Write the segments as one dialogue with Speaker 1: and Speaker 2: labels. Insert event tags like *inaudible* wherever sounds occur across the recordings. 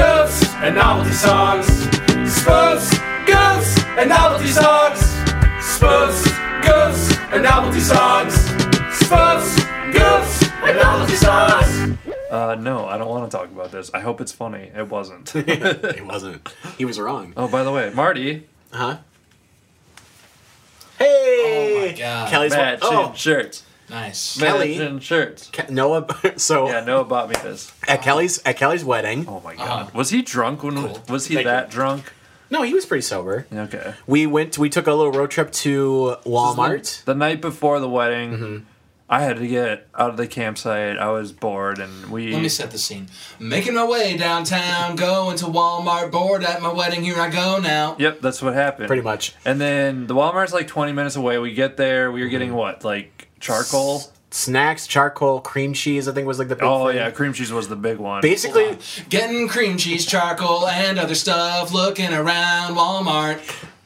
Speaker 1: and novelty songs. Spurs, girls, and novelty songs. Spurs, girls, and novelty songs. Spurs, girls, and novelty songs.
Speaker 2: Uh, no, I don't want to talk about this. I hope it's funny. It wasn't. *laughs*
Speaker 3: It wasn't. He was wrong.
Speaker 2: oh, by the way, Marty,
Speaker 3: Huh? Hey!
Speaker 4: Oh my God.
Speaker 3: Kelly's
Speaker 2: matching
Speaker 3: Oh,
Speaker 2: shirts.
Speaker 4: Nice.
Speaker 3: Kelly.
Speaker 2: Matching shirts.
Speaker 3: Ke- Noah. *laughs* So
Speaker 2: Yeah, Noah bought me this.
Speaker 3: at Kelly's at Kelly's wedding.
Speaker 2: Oh my god. Was he drunk when
Speaker 4: Cool.
Speaker 2: was he
Speaker 3: Uh-huh. Thank
Speaker 2: that
Speaker 3: you.
Speaker 2: drunk?
Speaker 3: No, he was pretty sober.
Speaker 2: Okay.
Speaker 3: We went. We took a little road trip to Walmart.
Speaker 2: The night before the wedding,
Speaker 3: Mm-hmm.
Speaker 2: I had to get out of the campsite. I was bored and we
Speaker 4: Let me set the scene. Making my way downtown, going to Walmart, bored at my wedding. Here I go now.
Speaker 2: Yep, that's what happened.
Speaker 3: Pretty much.
Speaker 2: And then the Walmart's like 20 minutes away. We get there. We were getting
Speaker 3: Mm-hmm.
Speaker 2: what? Like charcoal?
Speaker 3: Snacks, charcoal, cream cheese. I think was like the big
Speaker 2: Oh,
Speaker 3: thing.
Speaker 2: yeah. Cream cheese was the big one.
Speaker 3: Basically,
Speaker 4: Getting cream cheese, charcoal, and other stuff. Looking around Walmart.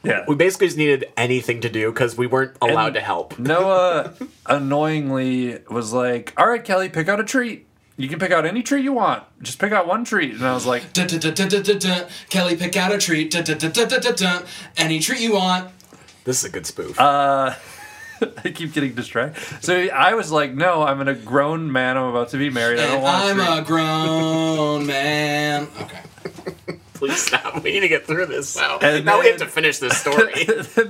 Speaker 2: yeah.
Speaker 3: we basically just needed anything to do because we weren't allowed
Speaker 2: And-
Speaker 3: to help.
Speaker 2: Noah annoyingly was like, All right, Kelly, pick out a treat. You can pick out any treat you want. Just pick out one treat. And I was like, *laughs*
Speaker 4: Dun, dun, dun, dun, dun, dun, dun. Kelly, pick out a treat. Dun, dun, dun, dun, dun, dun, dun. Any treat you want.
Speaker 3: This is a good spoof.
Speaker 2: uh, I keep getting distracted. So I was like, No, I'm a grown man. I'm about to be married. I don't
Speaker 4: And
Speaker 2: want
Speaker 4: I'm
Speaker 2: a treat.
Speaker 4: a
Speaker 2: *laughs*
Speaker 4: grown man. Okay.
Speaker 3: Please stop. We need to get through this now.
Speaker 2: And
Speaker 3: now we have
Speaker 2: then-
Speaker 3: to finish this
Speaker 2: *laughs*
Speaker 3: story.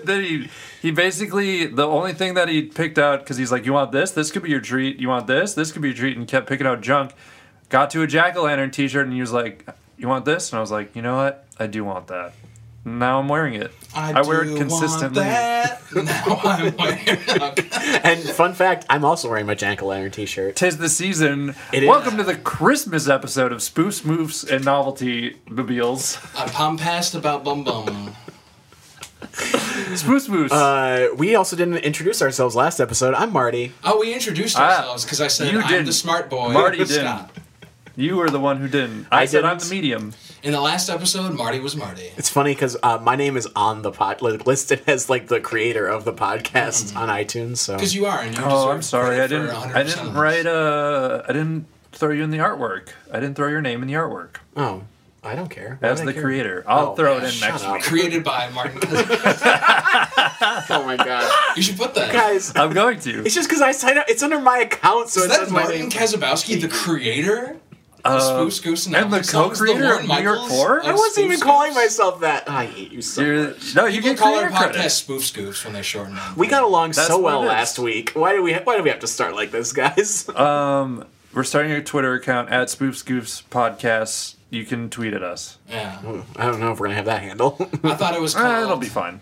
Speaker 2: then he, he basically the only thing that he picked out because he's like, you want this? This could be your treat. You want this? This could be your treat. And kept picking out junk. Got to a jack o' lantern T-shirt and he was like, you want this? And I was like, you know what? I do want that. Now I'm wearing it. I wear
Speaker 4: do
Speaker 2: it
Speaker 4: want
Speaker 2: consistently.
Speaker 4: that.
Speaker 2: *laughs*
Speaker 4: Now I'm wearing. *laughs* Okay.
Speaker 3: and fun fact, I'm also wearing my Jack O'Lantern t-shirt.
Speaker 2: Tis the season.
Speaker 3: It is.
Speaker 2: Welcome to the Christmas episode of Spoofs, Moofs, and Novelty Babeals.
Speaker 4: I'm- I'm passed about bum bum.
Speaker 2: Spoofs, Moofs.
Speaker 3: Uh, we also didn't introduce ourselves last episode. I'm Marty.
Speaker 4: Oh, we introduced
Speaker 2: Ah,
Speaker 4: ourselves because I said
Speaker 2: you
Speaker 4: I'm
Speaker 2: didn't.
Speaker 4: the smart boy.
Speaker 2: Marty
Speaker 4: Scott.
Speaker 2: didn't. you were the one who didn't. I,
Speaker 3: I
Speaker 2: said I'm
Speaker 3: didn't.
Speaker 2: the medium.
Speaker 4: In the last episode, Marty was Marty.
Speaker 3: It's funny because uh, my name is on the pod li- listed *laughs* as like the creator of the
Speaker 2: Mm-hmm.
Speaker 3: podcast on iTunes. So
Speaker 4: Because you are, and you
Speaker 2: Oh,
Speaker 4: deserve
Speaker 2: I'm sorry.
Speaker 4: credit
Speaker 2: I didn't.
Speaker 4: for 100%
Speaker 2: I didn't
Speaker 4: of this.
Speaker 2: write. Uh, I didn't throw you in the artwork. I didn't throw your name in the artwork
Speaker 3: oh, I don't care. Why
Speaker 2: as
Speaker 3: do I
Speaker 2: the
Speaker 3: care?
Speaker 2: creator. I'll
Speaker 3: Oh,
Speaker 2: throw it
Speaker 3: yeah,
Speaker 2: in
Speaker 3: shut
Speaker 2: next
Speaker 3: up.
Speaker 2: week.
Speaker 4: Created by Martin. Cousins.
Speaker 2: *laughs*
Speaker 3: Oh my god,
Speaker 4: you should put
Speaker 3: *laughs*
Speaker 4: that.
Speaker 3: guys!
Speaker 2: I'm going
Speaker 3: *laughs*
Speaker 2: to.
Speaker 3: It's just because I signed up. It's under my account, so
Speaker 4: Is
Speaker 3: it
Speaker 4: that
Speaker 3: says my
Speaker 4: Martin
Speaker 3: name.
Speaker 4: Kazabowski, the creator? of Spoofs, Goose, and,
Speaker 2: Uh, and the
Speaker 4: Alex? That was
Speaker 2: co-creator
Speaker 4: Lorne
Speaker 2: of New York
Speaker 4: Michaels
Speaker 2: Horror?
Speaker 4: of
Speaker 2: I
Speaker 3: I wasn't even
Speaker 4: Spoofs,
Speaker 3: calling
Speaker 4: Goofs?
Speaker 3: myself that. I hate you so
Speaker 2: You're,
Speaker 3: much.
Speaker 2: no, you
Speaker 4: People
Speaker 2: get
Speaker 4: call our
Speaker 2: creator
Speaker 4: podcast
Speaker 2: credit.
Speaker 4: Spoofs Goofs when they shorten it.
Speaker 3: We got along
Speaker 2: That's
Speaker 3: so
Speaker 2: what
Speaker 3: well
Speaker 2: it is. Uh,
Speaker 3: last week. Why do we? Ha- why do we have to start like this, guys?
Speaker 2: We're starting a Twitter account at Spoofs Goofs Podcasts. You can tweet at us.
Speaker 4: Yeah.
Speaker 3: *laughs* I don't know if we're gonna have that handle. *laughs*
Speaker 4: I thought it was called
Speaker 2: Eh, it'll be fine.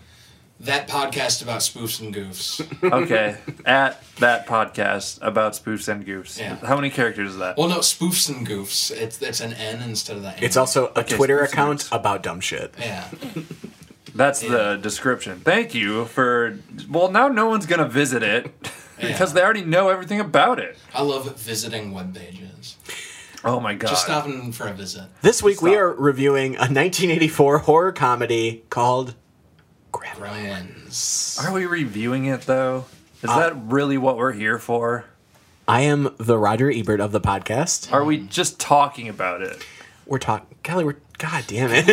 Speaker 4: that podcast about spoofs and goofs.
Speaker 2: Okay, at that podcast about spoofs and goofs.
Speaker 4: Yeah.
Speaker 2: How many characters is that?
Speaker 4: well, no, spoofs and goofs. It's it's an N instead of the N.
Speaker 3: it's also a Twitter
Speaker 2: Spoofs
Speaker 3: account about dumb shit.
Speaker 4: yeah.
Speaker 2: That's the description. Thank you for. Well, now no one's gonna visit it because
Speaker 4: *laughs* Yeah.
Speaker 2: they already know everything about it.
Speaker 4: I love visiting web pages.
Speaker 2: Oh my god!
Speaker 4: Just stopping for a visit.
Speaker 3: This week we
Speaker 2: Stop.
Speaker 3: are reviewing a 1984 horror comedy called Gremlin.
Speaker 4: Gremlins.
Speaker 2: Are we reviewing it though?
Speaker 4: Uh,
Speaker 2: Is that really what we're here for?
Speaker 3: I am the Roger Ebert of the podcast.
Speaker 2: Are we
Speaker 4: mm.
Speaker 2: just talking about it?
Speaker 3: We're talking, Kelly. We're God damn it.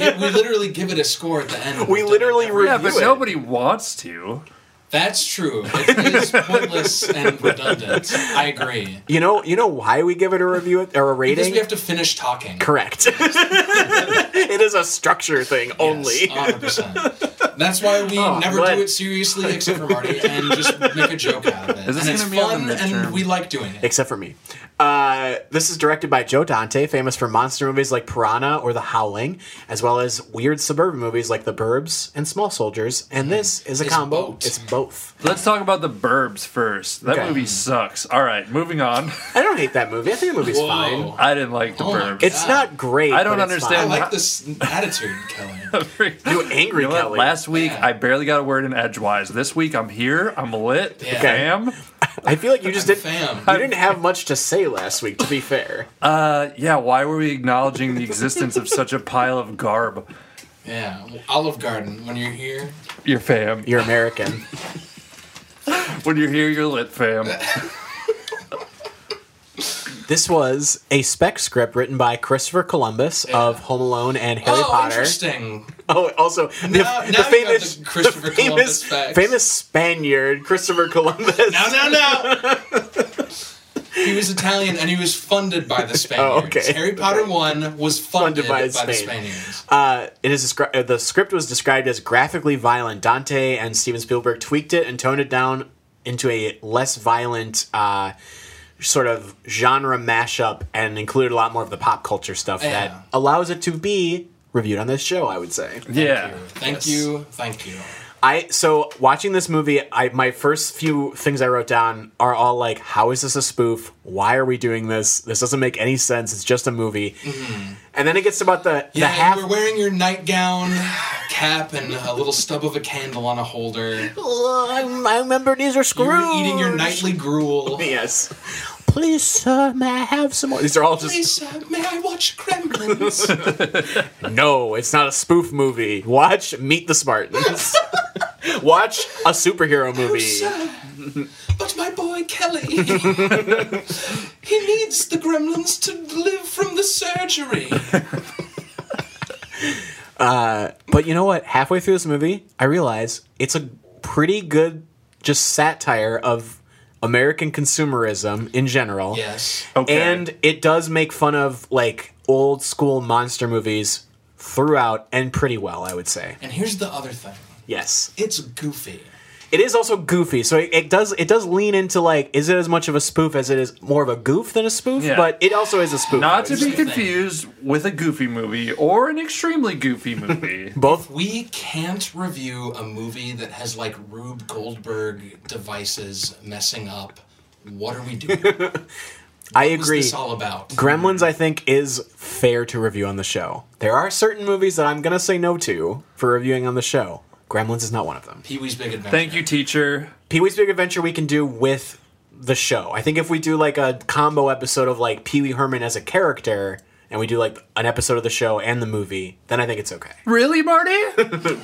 Speaker 4: Yeah, we literally give it a score at the
Speaker 3: *laughs*
Speaker 4: end.
Speaker 3: we literally review
Speaker 2: Yeah, but
Speaker 3: it.
Speaker 2: nobody wants to.
Speaker 4: That's true. It is pointless and redundant. I agree.
Speaker 3: You know, you know why we give it a review or a
Speaker 4: Because
Speaker 3: rating?
Speaker 4: we have to finish talking.
Speaker 3: Correct. *laughs* it is a structure thing only.
Speaker 4: Yes, uh, 100%. That's why we
Speaker 2: Oh,
Speaker 4: never
Speaker 3: glad-
Speaker 4: do it seriously except for Marty and just make a joke out of it.
Speaker 2: Is this
Speaker 4: and it's
Speaker 2: gonna be on
Speaker 4: fun
Speaker 2: the midterm?
Speaker 4: and we like doing it.
Speaker 3: *laughs* Except for me. Uh, this is directed by Joe Dante, famous for monster movies like Piranha or The Howling, as well as weird suburban movies like The Burbs and Small Soldiers. And this is a
Speaker 4: It's
Speaker 3: combo.
Speaker 4: both.
Speaker 3: It's both.
Speaker 2: Let's talk about the Burbs first. That
Speaker 3: Okay.
Speaker 2: movie sucks. All right, moving on. *laughs*
Speaker 3: I don't hate that movie. I think the movie's
Speaker 4: Whoa.
Speaker 3: fine.
Speaker 2: I didn't like the
Speaker 4: Oh my
Speaker 2: Burbs.
Speaker 4: God.
Speaker 3: It's not great.
Speaker 2: I don't
Speaker 3: but it's
Speaker 4: I
Speaker 2: understand
Speaker 3: fine.
Speaker 4: like this attitude,
Speaker 2: *laughs*
Speaker 4: Kelly.
Speaker 3: You angry
Speaker 2: You know what?
Speaker 3: Kelly?
Speaker 2: Last week
Speaker 4: Yeah.
Speaker 2: I barely got a word in edgewise. This week I'm here. I'm lit.
Speaker 4: Yeah.
Speaker 3: Okay.
Speaker 2: Bam.
Speaker 3: I feel like you just didn't.
Speaker 4: Fam.
Speaker 3: You didn't have much to say last week. To be fair,
Speaker 2: Uh, yeah. Why were we acknowledging the existence of such a pile of garb?
Speaker 4: Yeah. Olive Garden, when you're here,
Speaker 2: Your fam.
Speaker 3: you're American.
Speaker 4: *laughs*
Speaker 2: When you're here, you're lit, fam.
Speaker 3: This was a spec script written by Christopher Columbus of Home Alone and Harry
Speaker 4: oh,
Speaker 3: Potter.
Speaker 4: interesting.
Speaker 3: Oh, also the,
Speaker 4: Now-
Speaker 3: the
Speaker 4: now you got
Speaker 3: famous,
Speaker 4: the
Speaker 3: *laughs*
Speaker 4: Christopher
Speaker 3: the famous,
Speaker 4: Columbus facts.
Speaker 3: famous Spaniard Christopher Columbus.
Speaker 4: No, no, no. *laughs* he was Italian and he was funded by
Speaker 3: *laughs*
Speaker 4: the Spaniards.
Speaker 3: Oh, okay.
Speaker 4: Harry Potter 1 was funded,
Speaker 3: Funded by
Speaker 4: by,
Speaker 3: Spain.
Speaker 4: the Spaniards.
Speaker 3: Uh, it is descri- uh, the script was described as graphically violent. Dante and Steven Spielberg tweaked it and toned it down into a less violent uh, sort of genre mashup, and included a lot more of the pop culture stuff
Speaker 4: Yeah.
Speaker 3: that allows it to be reviewed on this show. I would say.
Speaker 2: yeah.
Speaker 4: Thank
Speaker 3: Uh, Yes.
Speaker 4: you. Thank you.
Speaker 3: I so watching this movie, I my first few things I wrote down are all like, "How is this a spoof? Why are we doing this? This doesn't make any sense. It's just a movie." And then it gets about the the
Speaker 4: Mm-hmm. Yeah,
Speaker 3: half.
Speaker 4: you were wearing your nightgown, cap, and a little stub of a candle on a holder.
Speaker 3: "Oh, I, I remember these are
Speaker 4: You
Speaker 3: screws.
Speaker 4: were eating your nightly gruel.
Speaker 3: *laughs* Yes. Please, sir, may I have some more? These are all just.
Speaker 4: Please, uh, may I
Speaker 3: *laughs*
Speaker 4: watch Gremlins?
Speaker 3: No, it's not a spoof movie. Watch Meet the
Speaker 4: *laughs*
Speaker 3: Spartans. Watch a superhero movie.
Speaker 4: Oh, Sir, but my
Speaker 3: *laughs*
Speaker 4: boy Kelly, he needs the gremlins to live from the surgery.
Speaker 3: But you know what? Halfway through this movie, I realize it's a pretty good just satire of American consumerism in general.
Speaker 4: Yes.
Speaker 3: Oh.
Speaker 2: Okay.
Speaker 3: And it does make fun of like old school monster movies throughout and pretty well, I would say.
Speaker 4: And here's the other thing
Speaker 3: Yes.
Speaker 4: it's goofy.
Speaker 3: It is also goofy, so it, it does it does lean into like is it as much of a spoof as it is more of a goof than a spoof,
Speaker 2: Yeah.
Speaker 3: but it also is a spoof.
Speaker 2: not to
Speaker 3: obviously.
Speaker 2: be confused with a goofy movie or an extremely goofy
Speaker 4: *laughs*
Speaker 2: movie.
Speaker 3: both.
Speaker 4: We can't review a movie that has like Rube Goldberg devices messing up. What are
Speaker 2: *laughs*
Speaker 4: we doing? What's
Speaker 3: I agree.
Speaker 4: this all about?
Speaker 3: Gremlins, I think, is fair to review on the show. There are certain movies that I'm gonna say no to for reviewing on the show. Gremlins is not one of them.
Speaker 4: Pee Wee's Big Adventure.
Speaker 2: Thank you, teacher.
Speaker 3: Pee Wee's Big Adventure we can do with the show. I think if we do like a combo episode of like Pee Wee Herman as a character, and we do like an episode of the show and the movie, then I think it's okay.
Speaker 2: Really,
Speaker 4: *laughs*
Speaker 2: Marty?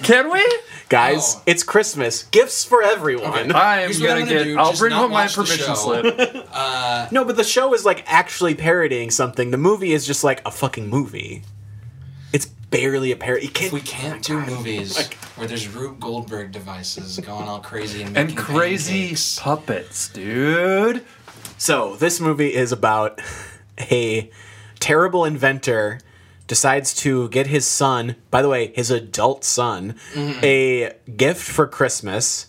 Speaker 2: Can we?
Speaker 3: Guys,
Speaker 4: Oh.
Speaker 3: it's Christmas. Gifts for everyone.
Speaker 2: I am
Speaker 4: Here's what
Speaker 2: gonna,
Speaker 4: I'm gonna
Speaker 2: get.
Speaker 4: do,
Speaker 2: I'll
Speaker 4: just
Speaker 2: bring
Speaker 4: not
Speaker 2: home my
Speaker 4: watch the show.
Speaker 2: permission
Speaker 4: *laughs*
Speaker 2: slip.
Speaker 3: No, but the show is like actually parodying something. The movie is just like a fucking movie. It's barely a parody. You can't- Oh
Speaker 4: We can't
Speaker 2: Oh
Speaker 4: do movies where there's Rube Goldberg devices going all crazy and making
Speaker 2: And crazy
Speaker 4: pancakes.
Speaker 2: puppets, dude.
Speaker 3: So this movie is about *laughs* a terrible inventor decides to get his son, by the way, his adult son, a gift for Christmas.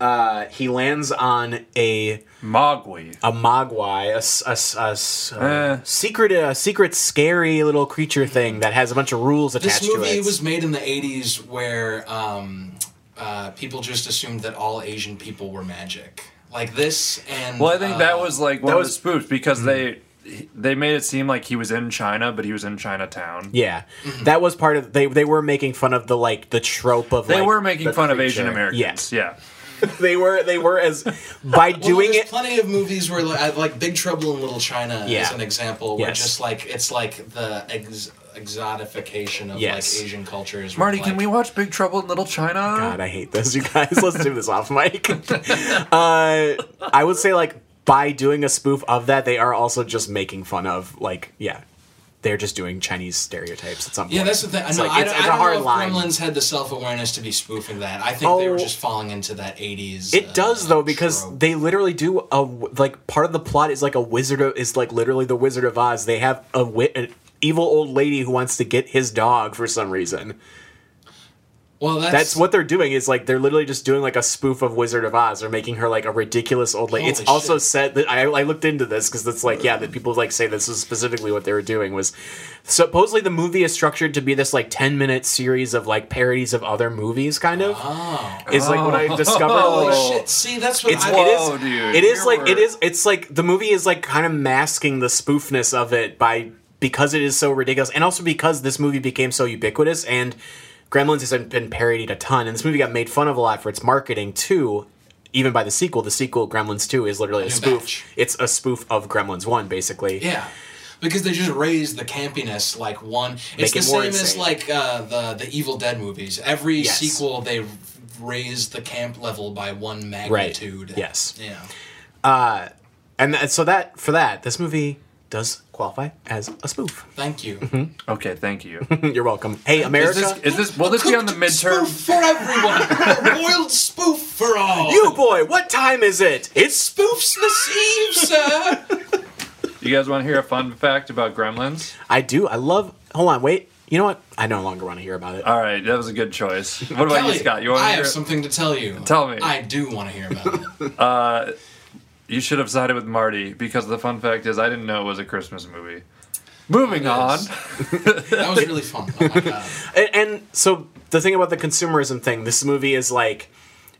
Speaker 3: Uh, he lands on a
Speaker 2: Mogwai.
Speaker 3: a mogwai, a, s- a s- a s- a
Speaker 4: Uh.
Speaker 2: Eh.
Speaker 3: secret, a secret, scary little creature thing that has a bunch of rules attached
Speaker 4: This movie
Speaker 3: to it.
Speaker 4: was made in the 80s where um, uh, people just assumed that all Asian people were magic. Like this and.
Speaker 2: Well, I think
Speaker 4: uh,
Speaker 2: that was like one
Speaker 3: that
Speaker 2: of
Speaker 3: was-
Speaker 2: the spoofs because they they made it seem like he was in China, but he was in Chinatown.
Speaker 3: Yeah,
Speaker 2: Mm-hmm.
Speaker 3: that was part of they. They were making fun of the like the trope of
Speaker 2: They
Speaker 3: like,
Speaker 2: were making
Speaker 3: the
Speaker 2: fun of
Speaker 3: creature.
Speaker 2: Asian Americans.
Speaker 3: Yeah.
Speaker 2: Yeah.
Speaker 3: *laughs* they were. They were as
Speaker 4: *laughs*
Speaker 3: by
Speaker 4: Well,
Speaker 3: doing
Speaker 4: there's
Speaker 3: it.
Speaker 4: plenty of movies where, like, like Big Trouble in Little China
Speaker 3: Yeah.
Speaker 4: is an example, where
Speaker 3: Yes.
Speaker 4: just like it's like the ex- exotification of
Speaker 3: Yes.
Speaker 4: like Asian cultures. where,
Speaker 2: Marty, can
Speaker 4: like-
Speaker 2: we watch Big Trouble in Little China?
Speaker 3: God, I hate this, you guys. *laughs* Let's do this off mic. *laughs* Uh, I would say like by doing a spoof of that, they are also just making fun of like yeah, they're just doing Chinese stereotypes at some point.
Speaker 4: Yeah, that's the thing. I
Speaker 3: It's
Speaker 4: know.
Speaker 3: like,
Speaker 4: I,
Speaker 3: it's-
Speaker 4: don't-
Speaker 3: it's
Speaker 4: I
Speaker 3: a
Speaker 4: don't
Speaker 3: hard
Speaker 4: know if
Speaker 3: line.
Speaker 4: Gremlins had the self awareness to be spoofing that. I think they were
Speaker 3: Oh.
Speaker 4: just falling into that '80s.
Speaker 3: It
Speaker 4: uh,
Speaker 3: does though because
Speaker 4: trope.
Speaker 3: they literally do a w- like part of the plot is like a wizard of, is like literally the Wizard of Oz. They have a wi- an evil old lady who wants to get his dog for some reason.
Speaker 4: well, that's,
Speaker 3: That's what they're doing is like they're literally just doing like a spoof of Wizard of Oz. They're making her like a ridiculous old lady.
Speaker 4: Holy
Speaker 3: it's also
Speaker 4: shit.
Speaker 3: said that I, I looked into this because it's like yeah that people like say this is specifically what they were doing was supposedly the movie is structured to be this like ten minute series of like parodies of other movies kind of is like what I discovered.
Speaker 2: Oh.
Speaker 3: like,
Speaker 4: Uh-huh. Oh. *laughs* Holy shit! See, that's what
Speaker 3: it's,
Speaker 4: I.
Speaker 2: Whoa,
Speaker 3: it is,
Speaker 2: dude.
Speaker 3: it is
Speaker 2: You
Speaker 3: like it
Speaker 2: were-
Speaker 3: is it's like the movie is like kind of masking the spoofness of it by because it is so ridiculous and also because this movie became so ubiquitous and gremlins has been parodied a ton and this movie got made fun of a lot for its marketing too even by the sequel the sequel gremlins 2 is literally a
Speaker 4: New
Speaker 3: spoof
Speaker 4: batch.
Speaker 3: it's a spoof of gremlins 1 basically
Speaker 4: Yeah. Because they just raise the campiness like one. It's
Speaker 3: Make
Speaker 4: the
Speaker 3: it more
Speaker 4: same as
Speaker 3: insane.
Speaker 4: like uh, the the Evil Dead movies. Every
Speaker 3: Yes.
Speaker 4: sequel they raise the camp level by one magnitude.
Speaker 3: Yes.
Speaker 4: Yeah.
Speaker 3: and that, so that for that this movie does qualify as a spoof. *laughs*
Speaker 4: Thank you.
Speaker 2: Mm-hmm. Okay, thank you.
Speaker 3: You're welcome. Hey, America,
Speaker 2: this- Is this will this be on the
Speaker 4: Cooked
Speaker 2: midterm?
Speaker 4: Spoof for everyone.
Speaker 2: *laughs*
Speaker 4: a boiled spoof for all.
Speaker 3: you boy, what time is it? It's
Speaker 4: spoofs this eve, sir.
Speaker 2: You guys want to hear a fun fact about Gremlins?
Speaker 3: I do. I love. Hold on, wait. You know what? I no longer want to hear
Speaker 4: Uh.
Speaker 3: about it.
Speaker 2: All right, that was a good choice. What about you,
Speaker 4: Kelly,
Speaker 2: Scott? You want
Speaker 4: I
Speaker 2: to
Speaker 4: have
Speaker 2: hear?
Speaker 4: something to tell you.
Speaker 2: Tell me.
Speaker 4: I do want to hear about it.
Speaker 2: You should have sided with Marty because the fun fact is I didn't know it was a Christmas movie. Moving on. *laughs*
Speaker 4: That was really fun. Oh my God.
Speaker 3: And, and so the thing about the consumerism thing, this movie is like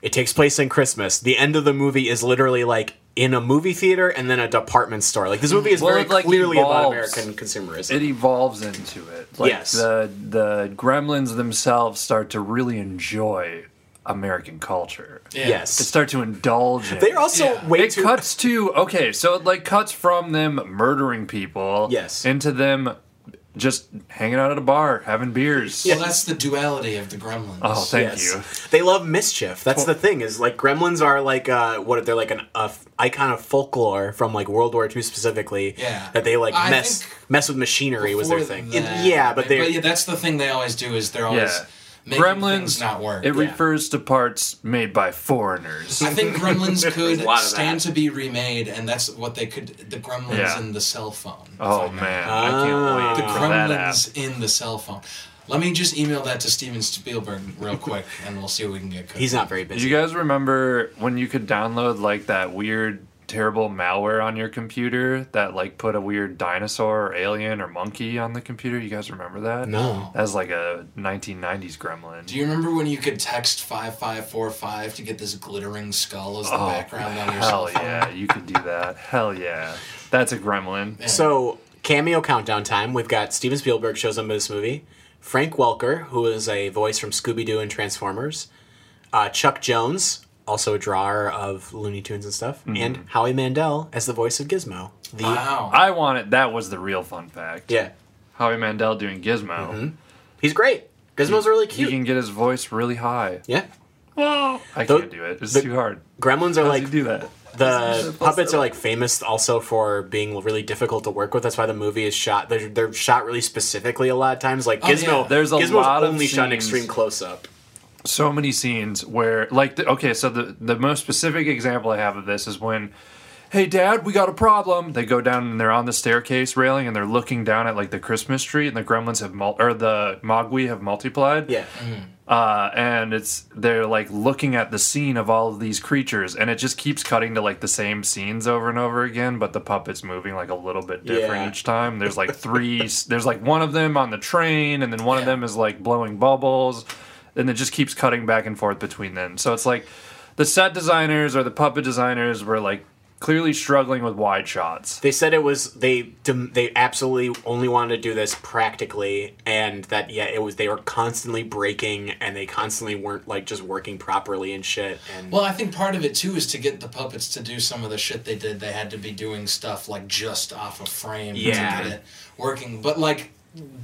Speaker 3: it takes place in Christmas. The end of the movie is literally like in a movie theater and then a department store. Like this movie is
Speaker 2: Well,
Speaker 3: very
Speaker 2: it, like,
Speaker 3: clearly about
Speaker 2: evolves.
Speaker 3: American consumerism.
Speaker 2: It evolves into it. Like
Speaker 3: Yes.
Speaker 2: The the Gremlins themselves start to really enjoy American culture.
Speaker 4: Yeah.
Speaker 3: yes.
Speaker 2: They start to indulge. in it.
Speaker 3: They're also
Speaker 4: Yeah.
Speaker 3: way
Speaker 2: it
Speaker 3: too
Speaker 2: cuts to okay so it like cuts from them murdering people
Speaker 3: Yes.
Speaker 2: into them just hanging out at a bar having beers
Speaker 4: Well, that's the duality of the gremlins.
Speaker 2: oh thank
Speaker 3: Yes.
Speaker 2: you
Speaker 3: They love mischief. That's the thing is like gremlins are like uh what they're like an a f- icon of folklore from like World War II specifically.
Speaker 4: Yeah.
Speaker 3: That they like
Speaker 4: I
Speaker 3: mess
Speaker 4: think
Speaker 3: mess with machinery was their
Speaker 4: Before
Speaker 3: thing.
Speaker 4: that-
Speaker 3: It- yeah, but they
Speaker 4: yeah, that's the thing they always do is they're always
Speaker 2: yeah
Speaker 4: making
Speaker 2: gremlins
Speaker 4: things not work.
Speaker 2: it
Speaker 3: Yeah.
Speaker 2: refers to parts made by foreigners
Speaker 4: I
Speaker 2: *laughs*
Speaker 4: think Gremlins could
Speaker 3: lot of
Speaker 4: stand
Speaker 3: that.
Speaker 4: to be remade, and that's what they could. The Gremlins
Speaker 2: Yeah.
Speaker 4: in the cell phone.
Speaker 2: oh
Speaker 4: Like,
Speaker 2: man i can't
Speaker 3: Ah.
Speaker 2: wait
Speaker 4: The
Speaker 2: for that app
Speaker 4: Gremlins in the cell phone. Let me just email that to Steven Spielberg real
Speaker 3: *laughs*
Speaker 4: quick, and we'll see what we can get. Cooking.
Speaker 3: he's not very
Speaker 2: do you
Speaker 3: busy.
Speaker 2: guys remember when you could download like that weird terrible malware on your computer that like put a weird dinosaur or alien or monkey on the computer you guys remember that
Speaker 3: no.
Speaker 2: That's like a 1990s gremlin.
Speaker 4: Do you remember when you could text five five four five to get this glittering skull as the background on your cell
Speaker 2: Oh, Hell
Speaker 4: phone?
Speaker 2: yeah, you can do that. Hell yeah. That's a gremlin.
Speaker 3: So cameo countdown time. We've got Steven Spielberg shows up in this movie. Frank Welker, who is a voice from Scooby Doo and Transformers. Uh, Chuck Jones, also a drawer of Looney Tunes and stuff,
Speaker 2: Mm-hmm.
Speaker 3: and Howie Mandel as the voice of Gizmo. The
Speaker 4: Wow.
Speaker 2: I want it. That was the real fun fact.
Speaker 3: yeah,
Speaker 2: Howie Mandel doing Gizmo.
Speaker 4: Mm-hmm.
Speaker 3: he's great. Gizmo's really
Speaker 2: He
Speaker 3: cute.
Speaker 2: can get his voice really high.
Speaker 3: yeah,
Speaker 2: Wow. I
Speaker 3: The-
Speaker 2: can't do it. It's
Speaker 3: the-
Speaker 2: too hard.
Speaker 3: Gremlins are
Speaker 2: How
Speaker 3: like
Speaker 2: does he do that?
Speaker 3: the puppets are like famous also for being really difficult to work with. That's why the movie is shot. They're, they're shot really specifically a lot of times. Like Gizmo,
Speaker 4: yeah.
Speaker 2: Oh, There's a
Speaker 3: Gizmo's
Speaker 2: lot of
Speaker 3: only shot in
Speaker 2: scenes-
Speaker 3: extreme close up.
Speaker 2: so many scenes where like the, okay so the the most specific example i have of this is when hey dad we got a problem they go down and they're on the staircase railing and they're looking down at like the christmas tree and the gremlins have mul- or the mogwai have multiplied
Speaker 3: Yeah,
Speaker 2: uh, and it's they're like looking at the scene of all of these creatures and it just keeps cutting to like the same scenes over and over again but the puppets moving like a little bit different
Speaker 3: Yeah.
Speaker 2: each time there's
Speaker 4: *laughs*
Speaker 2: like three there's like one of them on the train and then one of
Speaker 4: Yeah.
Speaker 2: them is like blowing bubbles and it just keeps cutting back and forth between them so it's like the set designers or the puppet designers were like clearly struggling with wide shots
Speaker 3: They said it was they dem- they absolutely only wanted to do this practically, and that yeah, it was they were constantly breaking and they constantly weren't like just working properly and shit. And
Speaker 4: Well, I think part of it too is to get the puppets to do some of the shit they did. They had to be doing stuff like just off of frame
Speaker 3: Yeah.
Speaker 4: to get it working. But like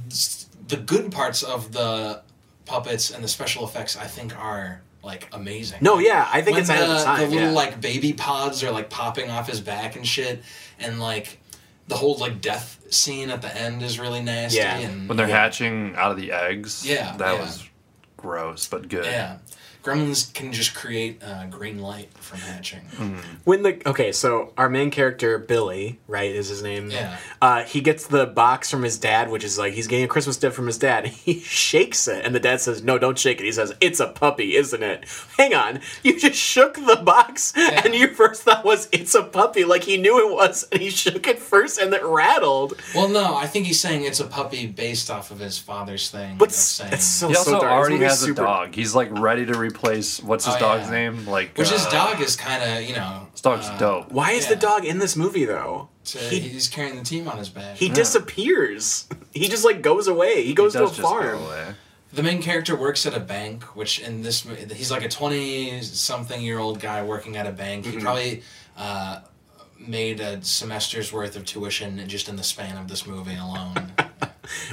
Speaker 4: s- the good parts of the puppets and the special effects, I think are like amazing.
Speaker 3: no, yeah, I think
Speaker 4: When
Speaker 3: it's ahead
Speaker 4: the,
Speaker 3: of the time.
Speaker 4: the little
Speaker 3: yeah.
Speaker 4: like baby pods are like popping off his back and shit, and like the whole like death scene at the end is really nasty.
Speaker 3: Yeah.
Speaker 4: and,
Speaker 2: when they're
Speaker 4: yeah.
Speaker 2: hatching out of the eggs
Speaker 4: Yeah,
Speaker 2: that
Speaker 4: yeah.
Speaker 2: was gross but good
Speaker 4: yeah. Gremlins can just create uh, green light from hatching.
Speaker 3: Mm-hmm. when the okay, so our main character Billy, right, is his name.
Speaker 4: Yeah.
Speaker 3: Uh, he gets the box from his dad, which is like he's getting a Christmas gift from his dad. *laughs* He shakes it, and the dad says, "No, don't shake it." He says, "It's a puppy, isn't it?" *laughs* Hang on, you just shook the box, and your first thought was, "It's a puppy," like he knew it was, and he *laughs* shook it first, and it rattled.
Speaker 4: Well, no, I think he's saying it's a puppy based off of his father's thing.
Speaker 3: But
Speaker 4: of
Speaker 3: it's,
Speaker 4: saying,
Speaker 3: it's so
Speaker 2: He also
Speaker 3: so dark. This
Speaker 2: already
Speaker 3: movie's
Speaker 2: has
Speaker 3: super-
Speaker 2: a dog. He's like ready to replace what's his
Speaker 4: Oh,
Speaker 2: dog's
Speaker 4: yeah.
Speaker 2: name? Like
Speaker 4: which his
Speaker 2: uh,
Speaker 4: dog is kind of you know,
Speaker 2: His dog's dope.
Speaker 3: Why is the
Speaker 4: Yeah.
Speaker 3: dog in this movie though?
Speaker 4: to,
Speaker 3: he
Speaker 4: he's carrying the team on his back.
Speaker 3: he disappears. *laughs* He just like goes away. He goes
Speaker 2: He
Speaker 3: to a
Speaker 2: does just go
Speaker 3: farm.
Speaker 2: away.
Speaker 4: the main character works at a bank, which in this mo- he's like a twenty-something-year-old guy working at a bank.
Speaker 2: Mm-hmm.
Speaker 4: He probably uh, made a semester's worth of tuition just in the span of this movie
Speaker 3: *laughs*
Speaker 4: alone.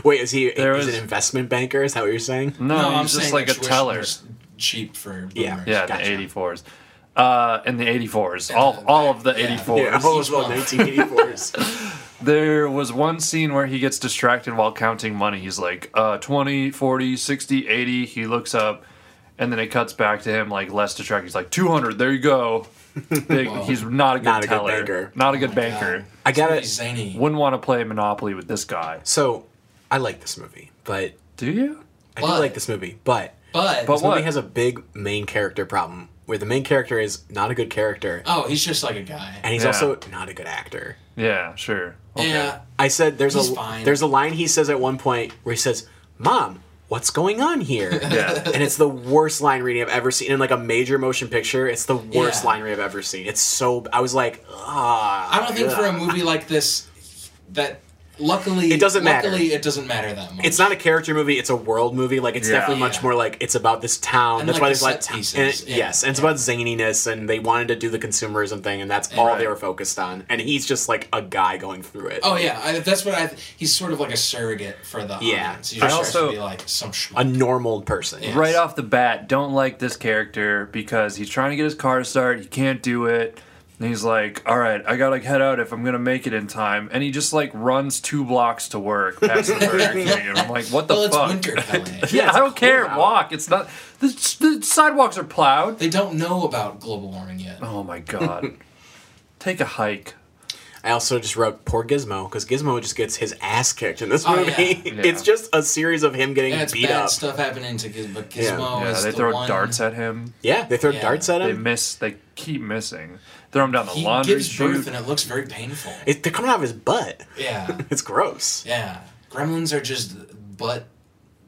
Speaker 3: Wait, is he?
Speaker 2: There Mm.
Speaker 3: is
Speaker 2: was-
Speaker 3: an investment banker? Is that what you're saying?
Speaker 2: No,
Speaker 4: no,
Speaker 2: he's
Speaker 4: I'm
Speaker 2: just
Speaker 4: saying
Speaker 2: like
Speaker 4: the
Speaker 2: a
Speaker 4: tuition
Speaker 2: teller.
Speaker 4: was cheap for
Speaker 3: Yeah.
Speaker 4: boomers.
Speaker 2: Yeah,
Speaker 3: Gotcha.
Speaker 2: the 84s. Uh, and the 84s. All,
Speaker 4: the-
Speaker 2: all of the
Speaker 4: yeah.
Speaker 2: 84s.
Speaker 3: *laughs* Yeah, all those
Speaker 4: He's
Speaker 3: about
Speaker 4: wrong.
Speaker 3: 1984s.
Speaker 2: There was one scene where he gets distracted while counting money. He's like uh, 20, 40, 60, 80. He looks up and then it cuts back to him like less distracted. He's like 200, there you go. Big, he's not a good
Speaker 3: Not a good
Speaker 2: teller.
Speaker 3: banker.
Speaker 2: Not a good banker.
Speaker 3: I got
Speaker 4: Pretty
Speaker 3: it.
Speaker 4: zany.
Speaker 2: Wouldn't want to play Monopoly with this guy.
Speaker 3: So I like this movie, but
Speaker 2: Do you?
Speaker 3: I do
Speaker 4: But-
Speaker 3: like this movie, but
Speaker 4: But,
Speaker 2: But
Speaker 3: this movie
Speaker 2: what?
Speaker 3: has a big main character problem where the main character is not a good character
Speaker 4: oh, he's just like a guy.
Speaker 3: and he's
Speaker 2: Yeah.
Speaker 3: also not a good actor.
Speaker 2: Yeah, sure. Okay.
Speaker 4: Yeah.
Speaker 3: I said there's
Speaker 4: He's
Speaker 3: a
Speaker 4: fine.
Speaker 3: there's a line he says at one point where he says, "Mom, what's going on
Speaker 4: *laughs*
Speaker 3: here?"
Speaker 2: Yeah.
Speaker 3: and it's the worst line reading I've ever seen in like a major motion picture. It's the worst
Speaker 4: Yeah.
Speaker 3: line reading I've ever seen. It's so I was like, ah.
Speaker 4: I don't think for a
Speaker 3: ugh."
Speaker 4: movie like this that luckily
Speaker 3: It doesn't matter.
Speaker 4: luckily, it doesn't matter that much.
Speaker 3: It's not a character movie. It's a world movie. Like it's
Speaker 2: Yeah.
Speaker 3: definitely much
Speaker 4: Yeah.
Speaker 3: more like it's about this town.
Speaker 4: And,
Speaker 3: that's
Speaker 4: like,
Speaker 3: why
Speaker 4: the
Speaker 3: there's a lot of
Speaker 4: set
Speaker 3: town-
Speaker 4: pieces.
Speaker 3: and it-
Speaker 4: Yeah.
Speaker 3: Yes, and it's about zaniness, and they wanted to do the consumerism thing, and that's all they
Speaker 2: Right.
Speaker 3: were focused on. And he's just like a guy going through it.
Speaker 4: Oh yeah, I, that's what I. He's sort of like a surrogate for the
Speaker 3: Yeah.
Speaker 4: audience. He
Speaker 2: I
Speaker 4: just tries
Speaker 2: also-
Speaker 4: to be like some schmuck.
Speaker 3: a normal person.
Speaker 4: Yeah.
Speaker 2: Right off the bat, don't like this character because he's trying to get his car started. He can't do it. And he's like, all right, I gotta head out if I'm gonna make it in time. And he just like runs two blocks to work past the
Speaker 4: *laughs*
Speaker 2: Burger King. And I'm like, what the
Speaker 4: well, it's
Speaker 2: fuck?
Speaker 4: winter, Pele.
Speaker 2: *laughs* Yeah,
Speaker 3: it's
Speaker 2: I don't care.
Speaker 3: cold out.
Speaker 2: Walk. It's not. The, the sidewalks are plowed.
Speaker 4: They don't know about global warming yet.
Speaker 2: Oh my god.
Speaker 4: *laughs*
Speaker 2: Take a hike.
Speaker 3: I also just wrote poor Gizmo because Gizmo just gets his ass kicked in this
Speaker 4: Oh,
Speaker 3: movie.
Speaker 4: yeah.
Speaker 2: Yeah.
Speaker 3: *laughs* It's just a series of him getting
Speaker 4: Yeah, it's
Speaker 3: beat
Speaker 4: bad
Speaker 3: up.
Speaker 4: stuff happening to Giz- but
Speaker 3: Yeah.
Speaker 4: Gizmo
Speaker 2: Yeah,
Speaker 4: is
Speaker 2: they
Speaker 4: Oh, the
Speaker 2: throw
Speaker 4: one,
Speaker 2: darts at him.
Speaker 3: Yeah, they throw
Speaker 4: Yeah.
Speaker 3: darts at
Speaker 2: They
Speaker 3: him.
Speaker 2: miss. They keep missing. Throw him down the
Speaker 4: He
Speaker 2: laundry
Speaker 4: gives birth
Speaker 2: chute.
Speaker 4: and it looks very
Speaker 2: *laughs*
Speaker 4: painful.
Speaker 3: It, they're coming out of his butt.
Speaker 4: yeah,
Speaker 3: It's gross.
Speaker 4: yeah. Gremlins are just butt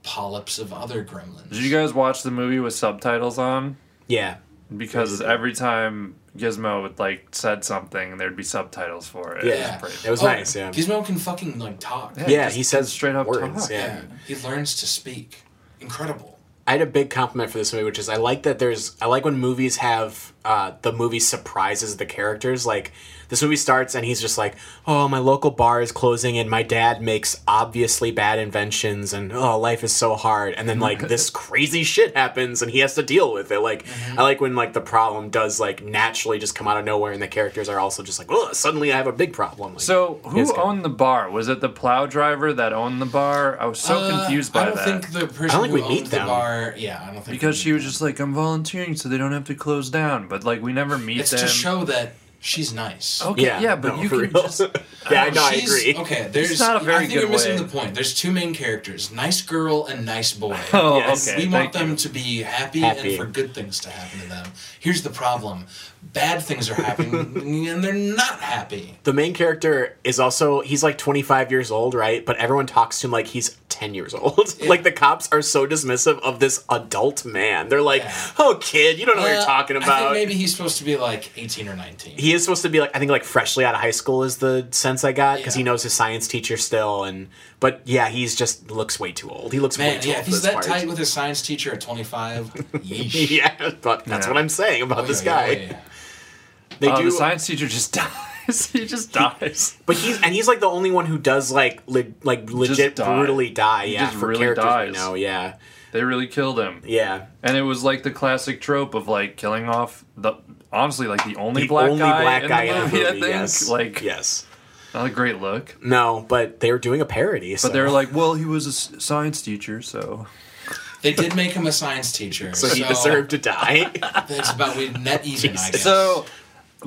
Speaker 4: polyps of other gremlins.
Speaker 2: Did you guys watch the movie with subtitles on?
Speaker 3: Yeah.
Speaker 2: Because every time Gizmo would like said something, there'd be subtitles for it.
Speaker 3: Yeah.
Speaker 2: It was pretty-
Speaker 3: It was
Speaker 4: Oh,
Speaker 3: nice. Yeah.
Speaker 4: Gizmo can fucking like talk.
Speaker 2: Yeah,
Speaker 3: yeah,
Speaker 2: just
Speaker 3: he says
Speaker 2: straight up
Speaker 3: words.
Speaker 2: talk.
Speaker 3: Yeah.
Speaker 4: Yeah, *clears throat* he learns to speak. Incredible.
Speaker 3: I had a big compliment for this movie, which is I like that there's I like when movies have uh, the movie surprises the characters. Like this movie starts and he's just like, "Oh, my local bar is closing, and my dad makes obviously bad inventions, and oh, life is so hard." And then like this
Speaker 2: *laughs*
Speaker 3: crazy shit happens, and he has to deal with it. Like
Speaker 2: Mm-hmm.
Speaker 3: I like when like the problem does like naturally just come out of nowhere, and the characters are also just like, "Oh, suddenly I have a big problem." Like,
Speaker 2: So who
Speaker 3: Yes, Kevin.
Speaker 2: owned the bar? Was it the plow driver that owned the bar? I was so
Speaker 4: Uh,
Speaker 2: confused by
Speaker 4: I don't
Speaker 2: that.
Speaker 4: think the person
Speaker 3: think
Speaker 4: who
Speaker 3: we meet
Speaker 4: owns
Speaker 3: them.
Speaker 4: the bar. Yeah, I don't think
Speaker 2: because
Speaker 4: we
Speaker 2: she
Speaker 4: meet
Speaker 2: was just like, I'm volunteering so they don't have to close down. But like, we never meet
Speaker 4: It's
Speaker 2: them.
Speaker 4: to show that she's nice.
Speaker 2: okay, yeah, but
Speaker 3: no,
Speaker 2: you
Speaker 3: for
Speaker 2: can
Speaker 3: real.
Speaker 2: just. *laughs*
Speaker 3: *laughs*
Speaker 2: uh,
Speaker 3: yeah, I know, I
Speaker 4: She's-
Speaker 3: agree.
Speaker 4: Okay, there's
Speaker 2: not a very
Speaker 4: I think
Speaker 2: good
Speaker 4: you're missing
Speaker 2: way.
Speaker 4: the point. There's two main characters: nice girl and nice boy.
Speaker 2: *laughs* Oh,
Speaker 3: Yes.
Speaker 2: okay.
Speaker 4: we
Speaker 2: thank
Speaker 4: want them
Speaker 2: you.
Speaker 4: to be happy,
Speaker 3: Happy.
Speaker 4: and for good things to happen to them. Here's the problem: bad things
Speaker 2: *laughs*
Speaker 4: are happening, and they're not happy.
Speaker 3: the main character is also he's like 25 years old right but everyone talks to him like he's 10 years old *laughs* like the cops are so dismissive of this adult man they're like
Speaker 4: Yeah.
Speaker 3: oh kid you don't know what
Speaker 4: Uh,
Speaker 3: you're talking
Speaker 4: I
Speaker 3: about
Speaker 4: think maybe he's supposed to be like 18 or 19.
Speaker 3: he is supposed to be like i think like freshly out of high school is the sense i got because
Speaker 4: Yeah.
Speaker 3: he knows his science teacher still and but yeah he's just looks way too old he looks way
Speaker 4: Man,
Speaker 3: too
Speaker 4: yeah,
Speaker 3: old
Speaker 4: if
Speaker 3: for
Speaker 4: he's
Speaker 3: this part
Speaker 4: that tight with his science teacher at 25,
Speaker 3: *laughs*
Speaker 4: yeesh.
Speaker 3: yeah but that's
Speaker 2: Yeah.
Speaker 3: what i'm saying about
Speaker 4: Oy,
Speaker 3: this
Speaker 4: oy,
Speaker 3: guy
Speaker 4: oy.
Speaker 3: they
Speaker 2: Uh,
Speaker 3: do
Speaker 2: the science teacher just *laughs* dies. he just dies.
Speaker 3: But he's and he's like the only one who does like le- like legit
Speaker 2: die.
Speaker 3: brutally die. yeah,
Speaker 2: just
Speaker 3: for
Speaker 2: really
Speaker 3: characters
Speaker 2: dies.
Speaker 3: we know. Yeah,
Speaker 2: They really killed him.
Speaker 3: yeah.
Speaker 2: And it was like the classic trope of like killing off the honestly like the only
Speaker 3: The
Speaker 2: black
Speaker 3: only
Speaker 2: guy
Speaker 3: black
Speaker 2: in
Speaker 3: guy
Speaker 2: the movie. I think
Speaker 3: Yes,
Speaker 2: like
Speaker 3: yes.
Speaker 2: not a great look.
Speaker 3: No, but they were doing a parody.
Speaker 2: But they're like, well, he was a s- science teacher, so
Speaker 4: They did make him a science
Speaker 3: *laughs*
Speaker 4: teacher.
Speaker 3: so he deserved
Speaker 2: *laughs*
Speaker 3: to die.
Speaker 4: That's about we net even, I guess.
Speaker 2: So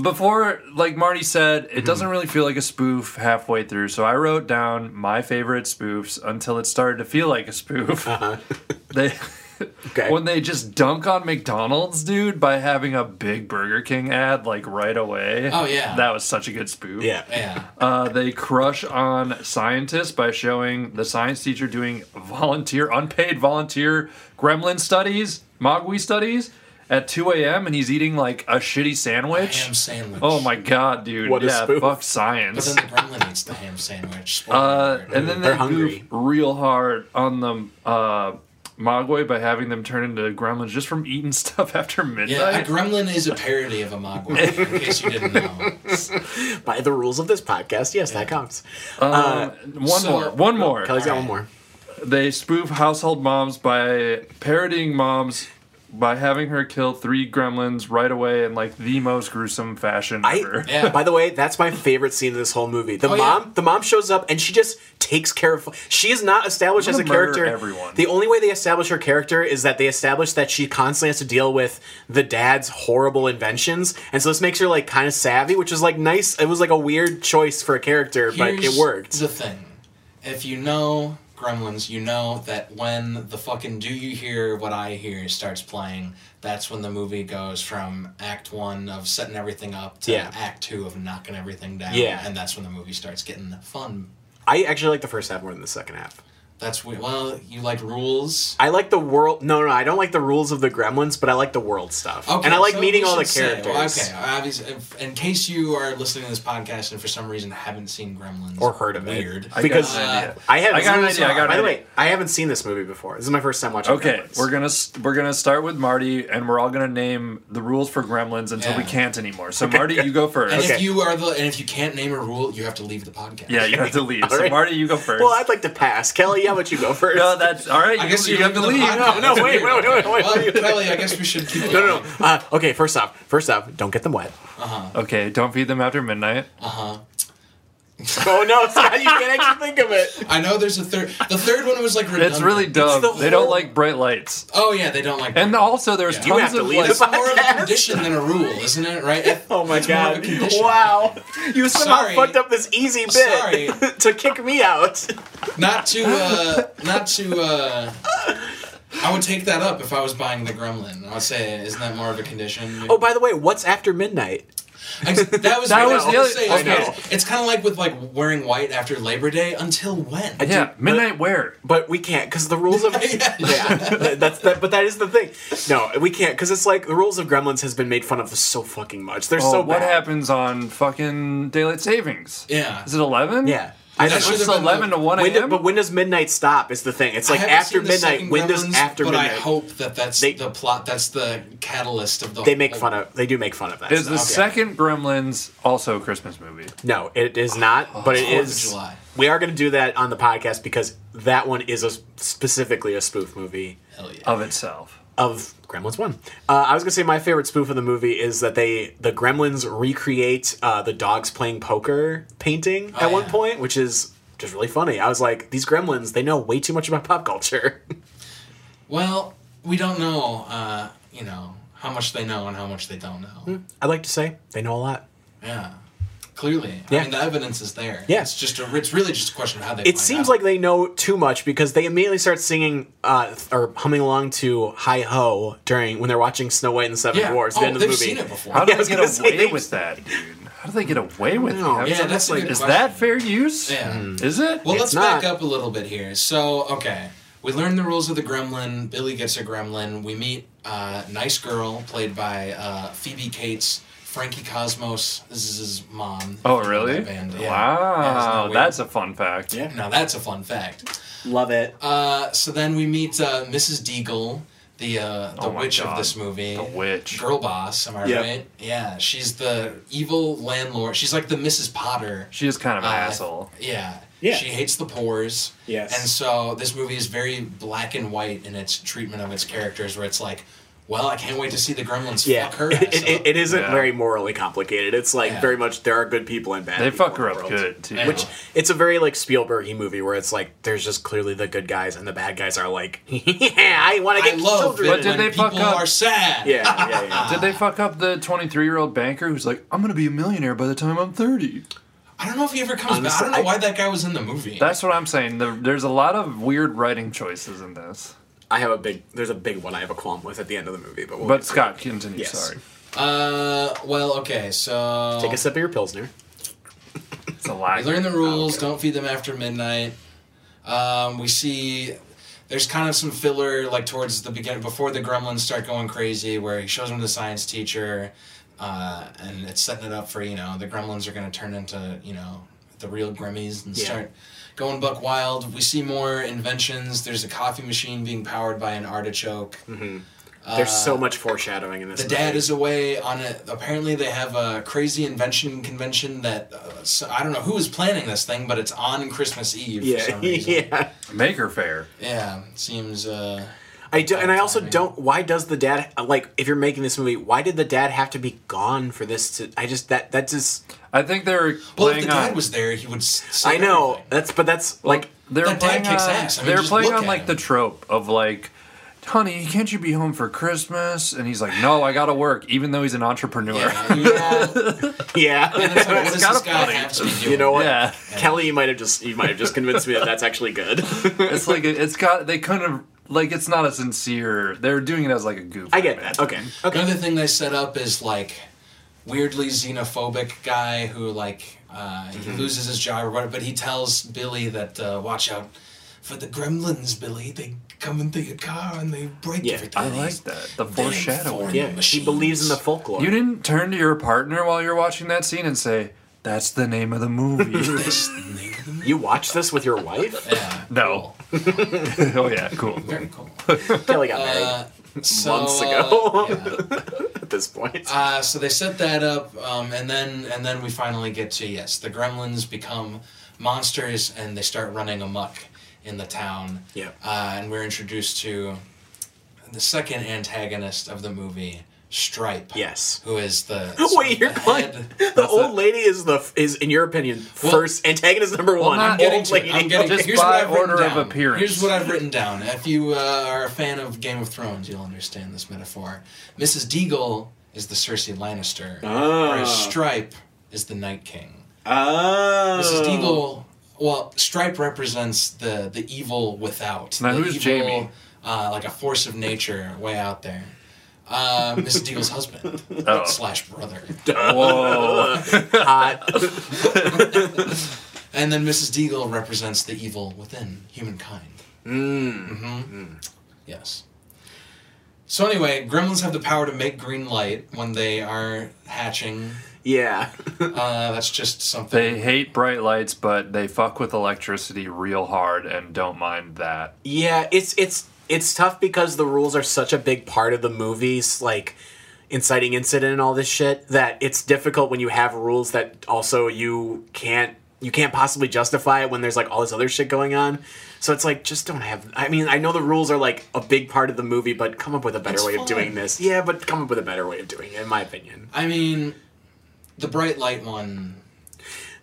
Speaker 2: before, like Marty said,
Speaker 3: Mm-hmm.
Speaker 2: it doesn't really feel like a spoof halfway through. So I wrote down my favorite spoofs until it started to feel like a spoof. *laughs* they.
Speaker 3: Uh-huh. Okay.
Speaker 2: When they just dunk on McDonald's, dude, by having a big Burger King ad like right away.
Speaker 4: Oh, yeah.
Speaker 2: that was such a good spoof.
Speaker 3: yeah,
Speaker 4: yeah.
Speaker 2: uh, they crush on scientists by showing the science teacher doing volunteer, unpaid volunteer gremlin studies, Mogwai studies at 2 a.m. and he's eating like a shitty sandwich.
Speaker 4: ham sandwich.
Speaker 2: Oh my god, dude.
Speaker 3: What a
Speaker 2: yeah,
Speaker 3: spoof.
Speaker 2: fuck
Speaker 4: But
Speaker 2: science.
Speaker 4: then the gremlin eats the ham sandwich. Spoiler
Speaker 2: Uh,
Speaker 4: alert.
Speaker 2: and then
Speaker 3: They're
Speaker 2: they
Speaker 3: hungry.
Speaker 2: goof real hard on the uh, Mogwai by having them turn into gremlins just from eating *laughs* stuff after
Speaker 4: yeah, a
Speaker 2: midnight.
Speaker 4: gremlin is a parody of a mogwai, in case you didn't know.
Speaker 3: by the rules of this podcast, yes, that counts.
Speaker 2: Um, one
Speaker 4: So-
Speaker 2: more, one more.
Speaker 3: Kelly's got
Speaker 4: alright.
Speaker 3: one more.
Speaker 2: They spoof household moms by parodying moms by having her kill three gremlins right away in like the most gruesome fashion
Speaker 3: *laughs*
Speaker 2: ever.
Speaker 3: I,
Speaker 4: Yeah.
Speaker 3: By the way, that's my favorite scene in this whole movie. The
Speaker 4: Oh, yeah.
Speaker 3: mom, the mom shows up and she just takes care of. She is not established
Speaker 2: I'm
Speaker 3: as a
Speaker 2: gonna murder
Speaker 3: character.
Speaker 2: everyone.
Speaker 3: The only way they establish her character is that they establish that she constantly has to deal with the dad's horrible inventions, and so this makes her like kind of savvy, which is like nice. It was like a weird choice for a character, but it
Speaker 4: Here's
Speaker 3: worked.
Speaker 4: The thing, if you know Gremlins, you know that when the fucking "Do You Hear What I Hear" starts playing, that's when the movie goes from Act One of setting everything up to
Speaker 3: Yeah.
Speaker 4: Act Two of knocking everything down.
Speaker 3: Yeah.
Speaker 4: and that's when the movie starts getting fun.
Speaker 3: I actually like the first half more than the second half.
Speaker 4: That's we- well, you like rules.
Speaker 3: I like the world. No, no, I don't like the rules of the Gremlins, but I like the world stuff, and I like
Speaker 4: so
Speaker 3: meeting
Speaker 4: we
Speaker 3: all the
Speaker 4: should say-
Speaker 3: characters.
Speaker 4: well, okay, obviously, if, in case you are listening to this podcast and for some reason haven't seen Gremlins
Speaker 3: Or heard of it.
Speaker 4: weird, uh,
Speaker 2: I
Speaker 3: because
Speaker 2: got an idea.
Speaker 3: I haven't.
Speaker 2: I got an
Speaker 3: seen-
Speaker 2: idea, I got an
Speaker 3: By the
Speaker 2: idea.
Speaker 3: way, I haven't seen this movie before. This is my first time watching.
Speaker 2: Okay,
Speaker 3: Gremlins.
Speaker 2: we're gonna s- we're gonna start with Marty, and we're all gonna name the rules for Gremlins until we
Speaker 4: Yeah.
Speaker 2: can't anymore. So Marty, you go first.
Speaker 4: And
Speaker 3: Okay.
Speaker 4: if you are the and if you can't name a rule, you have to leave the podcast.
Speaker 2: Yeah, you have to
Speaker 3: *laughs*
Speaker 2: leave. so
Speaker 3: Alright.
Speaker 2: Marty, you go first.
Speaker 3: Well, I'd like to pass. Kelly, how about you go first? *laughs*
Speaker 2: no, that's all right.
Speaker 4: I
Speaker 2: You,
Speaker 4: guess
Speaker 2: you
Speaker 4: you
Speaker 2: have to
Speaker 4: leave the
Speaker 2: leave.
Speaker 4: podcast.
Speaker 3: no, no, wait, wait, wait, wait,
Speaker 4: Well,
Speaker 3: wait.
Speaker 4: Kelly, I guess we should keep.
Speaker 3: No, no, no. Uh, okay, first off, first off, don't get them wet.
Speaker 2: Okay, don't feed them after midnight.
Speaker 3: Oh no, Scott, you can't actually think of it.
Speaker 4: I know there's a third. The third one was like redundant.
Speaker 2: It's really dumb.
Speaker 3: the
Speaker 2: they don't
Speaker 3: whole-
Speaker 2: like bright lights.
Speaker 4: Oh yeah, they don't like.
Speaker 2: And also, there's
Speaker 4: Yeah.
Speaker 2: tons
Speaker 4: You
Speaker 3: have to
Speaker 2: of
Speaker 3: leave
Speaker 2: like,
Speaker 3: *laughs* this
Speaker 4: it's more of a
Speaker 3: Podcast.
Speaker 4: condition than a rule, isn't it? Right?
Speaker 3: Oh my
Speaker 4: It's more of a
Speaker 3: god!
Speaker 4: condition.
Speaker 3: Wow, you somehow
Speaker 4: Sorry.
Speaker 3: fucked up this easy bit
Speaker 4: Sorry.
Speaker 3: *laughs* to kick me out.
Speaker 4: Not to, uh, not to. Uh, I would take that up if I was buying the Gremlin. I would say, isn't that more of a condition?
Speaker 3: Oh, by the way, what's after midnight?
Speaker 4: I,
Speaker 3: *laughs*
Speaker 4: that was
Speaker 2: That
Speaker 4: what
Speaker 2: was
Speaker 4: I was
Speaker 2: the
Speaker 4: gonna
Speaker 2: other-
Speaker 4: say.
Speaker 2: I
Speaker 4: It's-
Speaker 3: know.
Speaker 4: It's kind of like with like wearing white after Labor Day. Until when?
Speaker 2: yeah,
Speaker 3: Dude,
Speaker 2: midnight where?
Speaker 3: But we can't because the rules of
Speaker 4: Yeah.
Speaker 3: *laughs* yeah, that- that's that. But that is the thing. No, we can't because it's like the rules of Gremlins has been made fun of so fucking much. They're
Speaker 2: Oh,
Speaker 3: so
Speaker 2: what
Speaker 3: bad.
Speaker 2: happens on fucking daylight savings?
Speaker 4: Yeah.
Speaker 2: Is it eleven?
Speaker 3: Yeah, I
Speaker 4: That
Speaker 3: don't
Speaker 4: should
Speaker 3: know.
Speaker 2: It's
Speaker 4: Should've been
Speaker 2: eleven to one
Speaker 3: When do-
Speaker 2: a.m.
Speaker 3: but when does midnight stop? Is the thing. It's like
Speaker 4: I haven't
Speaker 3: after
Speaker 4: seen the
Speaker 3: midnight.
Speaker 4: second
Speaker 3: When does
Speaker 4: Gremlins,
Speaker 3: after
Speaker 4: but I
Speaker 3: midnight?
Speaker 4: hope that that's
Speaker 3: They-
Speaker 4: the plot. That's the catalyst of the.
Speaker 3: They make fun of. They do make fun of that.
Speaker 2: Is the
Speaker 3: stuff.
Speaker 2: second Gremlins also a Christmas movie?
Speaker 3: No, it is not. But it
Speaker 4: Oh, Fourth of
Speaker 3: is.
Speaker 4: July.
Speaker 3: We are going to do that on the podcast because that one is a specifically a spoof movie.
Speaker 4: Hell yeah.
Speaker 2: Of itself.
Speaker 3: of Gremlins One. Uh, I was gonna say my favorite spoof of the movie is that they the Gremlins recreate uh, the dogs playing poker painting at
Speaker 4: Oh,
Speaker 3: one
Speaker 4: yeah.
Speaker 3: point, which is just really funny. I was like, these Gremlins, they know way too much about pop culture. *laughs*
Speaker 4: Well, we don't know, uh, you know, how much they know and how much they don't know.
Speaker 3: I'd like to say they know a lot.
Speaker 4: Yeah. Clearly. I
Speaker 3: Yeah.
Speaker 4: mean, the evidence is there.
Speaker 3: Yeah.
Speaker 4: It's just a, it's really just a question of how they
Speaker 3: It seems like they know too much because they immediately start singing uh, or humming along to "Hi Ho" during when they're watching Snow White and the Seven
Speaker 4: yeah.
Speaker 3: Dwarfs.
Speaker 4: oh,
Speaker 3: the end of the
Speaker 4: they've
Speaker 3: movie.
Speaker 4: seen it before.
Speaker 2: How do
Speaker 3: Yeah, I
Speaker 2: they
Speaker 3: was
Speaker 2: get
Speaker 3: gonna say,
Speaker 2: away
Speaker 3: they-
Speaker 2: with that, dude? How do they get away with
Speaker 3: No.
Speaker 2: that?
Speaker 3: Yeah,
Speaker 2: I'm
Speaker 4: that's a
Speaker 2: like,
Speaker 4: good
Speaker 2: is
Speaker 4: question.
Speaker 2: that fair use?
Speaker 4: Yeah.
Speaker 3: Mm-hmm.
Speaker 2: Is it?
Speaker 4: Well,
Speaker 3: It's
Speaker 4: let's
Speaker 3: not.
Speaker 4: back up a little bit here. So, okay, we learned the rules of the Gremlin. Billy gets a Gremlin. We meet uh, nice girl played by uh, Phoebe Cates. Frankie Cosmos. This is his mom.
Speaker 2: oh, really?
Speaker 4: That band, yeah. Yeah, isn't that
Speaker 2: Wow,
Speaker 4: weird?
Speaker 2: that's a fun fact.
Speaker 3: Yeah.
Speaker 4: now that's a fun fact.
Speaker 3: Love it.
Speaker 4: Uh, so then we meet uh, Mrs. Deagle, the uh, the
Speaker 2: Oh my
Speaker 4: witch
Speaker 2: God.
Speaker 4: of this movie.
Speaker 2: The witch.
Speaker 4: Girl boss, am I
Speaker 3: Yep.
Speaker 4: right? Yeah, she's the evil landlord. She's like the Mrs. Potter.
Speaker 2: She is kind of an
Speaker 4: Uh,
Speaker 2: asshole.
Speaker 4: Yeah.
Speaker 3: Yeah.
Speaker 4: She hates the pores.
Speaker 3: Yes.
Speaker 4: And so this movie is very black and white in its treatment of its characters, where it's like, well, I can't wait to see the gremlins
Speaker 3: Yeah,
Speaker 4: fuck
Speaker 3: *laughs*
Speaker 4: her.
Speaker 3: it,
Speaker 4: ass
Speaker 3: it,
Speaker 4: up.
Speaker 3: it, it isn't
Speaker 2: Yeah.
Speaker 3: very morally complicated. It's like
Speaker 4: Yeah.
Speaker 3: very much there are good people and bad.
Speaker 2: They
Speaker 3: people
Speaker 2: fuck
Speaker 3: in
Speaker 2: her
Speaker 3: the
Speaker 2: up
Speaker 3: world.
Speaker 2: good too.
Speaker 4: Yeah.
Speaker 2: Which
Speaker 3: It's a very like Spielbergy movie where it's like there's just clearly the good guys and the bad guys are like, *laughs* yeah, I want to
Speaker 4: I
Speaker 3: get
Speaker 4: love it
Speaker 3: children.
Speaker 4: when
Speaker 2: But did they
Speaker 4: people
Speaker 2: fuck up?
Speaker 4: are sad.
Speaker 3: yeah, yeah, yeah.
Speaker 2: did they fuck up the 23 year old banker who's like, I'm gonna be a millionaire by the time I'm 30?
Speaker 4: I don't know if he ever comes back. I
Speaker 3: Honestly,
Speaker 4: don't know
Speaker 3: I-
Speaker 4: why that guy was in the movie.
Speaker 2: That's what I'm saying. There- There's a lot of weird writing choices in this.
Speaker 3: I have a big. There's a big one I have a qualm with at the end of the movie, but we'll
Speaker 2: But Scott, continue.
Speaker 3: Yes.
Speaker 2: Sorry,
Speaker 4: Uh, well, okay, so
Speaker 3: take a sip of your pilsner.
Speaker 2: it's a lie.
Speaker 4: We learn the rules.
Speaker 3: Oh, okay.
Speaker 4: Don't feed them after midnight. Um, we see there's kind of some filler like towards the beginning before the gremlins start going crazy, where he shows them the science teacher, uh, and it's setting it up for you know the gremlins are gonna turn into you know the real Grimmies and
Speaker 3: Yeah.
Speaker 4: start going buck wild. We see more inventions. There's a coffee machine being powered by an artichoke.
Speaker 3: There's so much foreshadowing in this.
Speaker 4: Uh, The dad
Speaker 3: movie.
Speaker 4: is away on a. Apparently, they have a crazy invention convention that uh, so, I don't know who is planning this thing, but it's on Christmas Eve.
Speaker 3: *laughs*
Speaker 4: For
Speaker 3: Yeah,
Speaker 4: some reason.
Speaker 3: yeah.
Speaker 2: Maker fair.
Speaker 4: Yeah, seems. Uh,
Speaker 3: I do, and I also
Speaker 4: timing.
Speaker 3: don't. Why does the dad like? If you're making this movie, why did the dad have to be gone for this? To I just that that just
Speaker 2: I think they're
Speaker 4: Well,
Speaker 2: playing
Speaker 4: if the
Speaker 2: on.
Speaker 4: dad was there, he would. s- say
Speaker 3: I know
Speaker 4: everything.
Speaker 3: that's but that's like
Speaker 2: they're
Speaker 4: That dad
Speaker 2: playing
Speaker 4: kicks
Speaker 2: on,
Speaker 4: ass. I mean,
Speaker 2: they're
Speaker 4: just
Speaker 2: playing
Speaker 4: look
Speaker 2: on
Speaker 4: at
Speaker 2: like
Speaker 4: him.
Speaker 2: the trope of like, honey, can't you be home for Christmas? And he's like, no, I gotta work, even though he's an entrepreneur. Yeah.
Speaker 4: Yeah, you know,
Speaker 3: *laughs* yeah.
Speaker 4: it's like, what does
Speaker 2: kinda
Speaker 4: this guy
Speaker 2: funny.
Speaker 4: have to be doing?
Speaker 3: you know what, Kelly, you might have just you might have just convinced me that that's actually
Speaker 2: *laughs*
Speaker 3: good. *laughs*
Speaker 2: it's like it's got they couldn't have like it's not a sincere. They're doing it as like a goof.
Speaker 3: I get that. Okay, okay.
Speaker 4: Another thing they set up is like weirdly xenophobic guy who like uh, he
Speaker 3: Mm-hmm.
Speaker 4: loses his job or whatever, but he tells Billy that uh, watch out for the gremlins, Billy. They come into your car and they break
Speaker 3: Yeah,
Speaker 4: everything.
Speaker 2: I like that. The
Speaker 4: They ain't
Speaker 2: foreshadowing.
Speaker 4: foreign
Speaker 3: Yeah, she
Speaker 4: machines.
Speaker 3: believes in the folklore.
Speaker 2: You didn't turn to your partner while you're watching that scene and say, "That's the name of the movie."
Speaker 4: This nigga.
Speaker 3: You watch this with your wife?
Speaker 4: Yeah,
Speaker 2: no. *laughs* oh yeah, cool.
Speaker 4: very cool.
Speaker 3: Kelly got married *laughs*
Speaker 4: Uh, so,
Speaker 3: months
Speaker 4: uh,
Speaker 3: ago.
Speaker 4: yeah.
Speaker 3: at this point.
Speaker 4: Uh, so they set that up, um, and then and then we finally get to yes, the gremlins become monsters, and they start running amok in the town.
Speaker 3: Yeah.
Speaker 4: Uh, and we're introduced to the second antagonist of the movie, Stripe.
Speaker 3: Yes.
Speaker 4: Who is the
Speaker 3: *laughs* Wait, you're
Speaker 4: the
Speaker 3: calling
Speaker 4: head-
Speaker 3: the old lady is the is in your opinion
Speaker 4: Well-
Speaker 3: first antagonist number one.
Speaker 2: not
Speaker 4: I'm getting
Speaker 3: old
Speaker 4: to it.
Speaker 3: lady.
Speaker 4: I'm getting
Speaker 3: *laughs*
Speaker 2: Just
Speaker 4: here's what
Speaker 2: by
Speaker 4: I've written
Speaker 2: order of
Speaker 4: down.
Speaker 2: appearance.
Speaker 4: Here's
Speaker 2: *laughs*
Speaker 4: what I've written down. If you uh, are a fan of Game of Thrones, you'll understand this metaphor. Mrs. Deagle is the Cersei Lannister,
Speaker 3: Ah.
Speaker 4: whereas Stripe is the Night King.
Speaker 3: oh,
Speaker 4: Mrs. Deagle. Well, Stripe represents the the evil without.
Speaker 2: Now,
Speaker 4: the
Speaker 2: who's
Speaker 4: evil,
Speaker 2: Jamie?
Speaker 4: Uh, like a force of nature way out there. Uh, Mrs. Deagle's husband
Speaker 2: *laughs* Oh.
Speaker 4: slash brother,
Speaker 2: Whoa.
Speaker 3: *laughs* hot.
Speaker 4: and then Mrs. Deagle represents the evil within humankind. Mm.
Speaker 2: Mm.
Speaker 4: hmm Yes. So anyway, gremlins have the power to make green light when they are
Speaker 2: *laughs*
Speaker 4: hatching.
Speaker 3: Yeah,
Speaker 4: Uh, that's just something.
Speaker 2: They hate bright lights, but they fuck with electricity real hard and don't mind that.
Speaker 3: yeah. It's it's it's tough because the rules are such a big part of the movies, like inciting incident and all this shit. That it's difficult when you have rules that also you can't you can't possibly justify it when there's like all this other shit going on. So it's like just don't have. I mean, I know the rules are like a big part of the movie, but come up with a better
Speaker 4: It's
Speaker 3: way
Speaker 4: fine.
Speaker 3: of doing this. Yeah, but come up with a better way of doing it, in my opinion.
Speaker 4: I mean, the bright light one.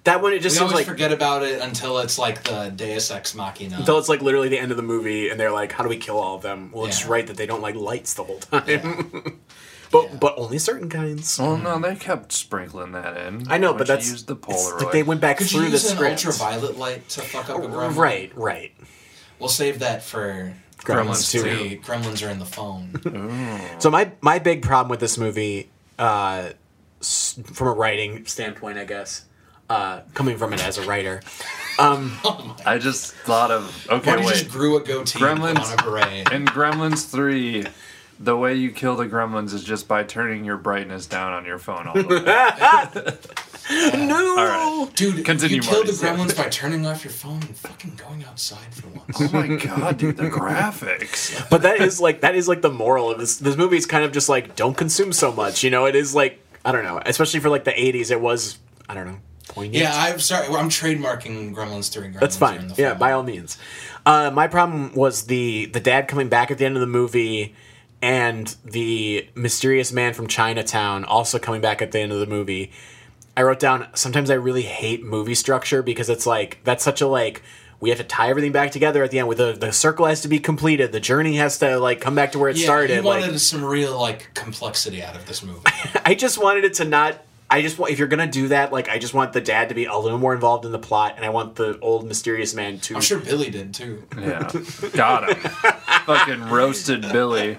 Speaker 3: That one it just
Speaker 4: We
Speaker 3: seems
Speaker 4: always
Speaker 3: like
Speaker 4: forget about it until it's like the Deus Ex Machina.
Speaker 3: until it's like literally the end of the movie and they're like, how do we kill all of them? Well, it's
Speaker 4: Yeah.
Speaker 3: right that they don't like lights the whole time, *laughs* but but only certain kinds.
Speaker 2: Well, no, they kept sprinkling that in.
Speaker 3: I know,
Speaker 2: Why
Speaker 3: but
Speaker 2: don't you
Speaker 3: that's
Speaker 2: use the
Speaker 3: it's
Speaker 2: Polaroid.
Speaker 3: like they went back
Speaker 4: Could you
Speaker 3: through the
Speaker 4: use an
Speaker 3: script.
Speaker 4: ultraviolet light to fuck up a gremlin?
Speaker 3: right, right.
Speaker 4: We'll save that for
Speaker 3: Gremlins,
Speaker 2: Gremlins
Speaker 3: too.
Speaker 2: too.
Speaker 4: the gremlins are in
Speaker 3: *laughs*
Speaker 4: the phone.
Speaker 3: So my my big problem with this movie, uh, s- from a writing standpoint, I guess, uh, coming from it as a writer,
Speaker 2: I just thought of okay,
Speaker 4: Why you
Speaker 2: wait.
Speaker 4: just grew a goatee
Speaker 2: Gremlins-
Speaker 4: and put on a beret?
Speaker 2: In Gremlins 3, the way you kill the gremlins is just by turning your brightness down on your phone all the
Speaker 3: *laughs*
Speaker 2: way.
Speaker 3: no,
Speaker 2: Alright.
Speaker 4: Dude,
Speaker 2: Continue,
Speaker 4: you killed
Speaker 2: Marty,
Speaker 4: the
Speaker 2: sorry.
Speaker 4: gremlins by turning off your phone and fucking going outside for
Speaker 3: *laughs*
Speaker 4: once.
Speaker 2: oh my god, dude, the graphics.
Speaker 3: but that is like that is like the moral of this. This movie is kind of just like don't consume so much. You know, it is like I don't know, especially for like the '80s. It was I don't know poignant.
Speaker 4: yeah, I'm sorry. well, I'm trademarking Gremlins 3 Gremlins
Speaker 3: That's
Speaker 4: are in
Speaker 3: fine.
Speaker 4: the
Speaker 3: Yeah,
Speaker 4: phone.
Speaker 3: by all means. Uh, my problem was the the dad coming back at the end of the movie, and the mysterious man from Chinatown also coming back at the end of the movie. I wrote down. Sometimes I really hate movie structure because it's like that's such a like we have to tie everything back together at the end. With the the circle has to be completed. The journey has to like come back to where it
Speaker 4: Yeah,
Speaker 3: started.
Speaker 4: you wanted
Speaker 3: like
Speaker 4: some real like complexity out of this movie.
Speaker 3: *laughs* I just wanted it to not. I just want if you're gonna do that, like I just want the dad to be a little more involved in the plot, and I want the old mysterious man to.
Speaker 4: I'm sure Billy did
Speaker 3: *laughs*
Speaker 4: too.
Speaker 2: Yeah. Got him. Fucking roasted Billy.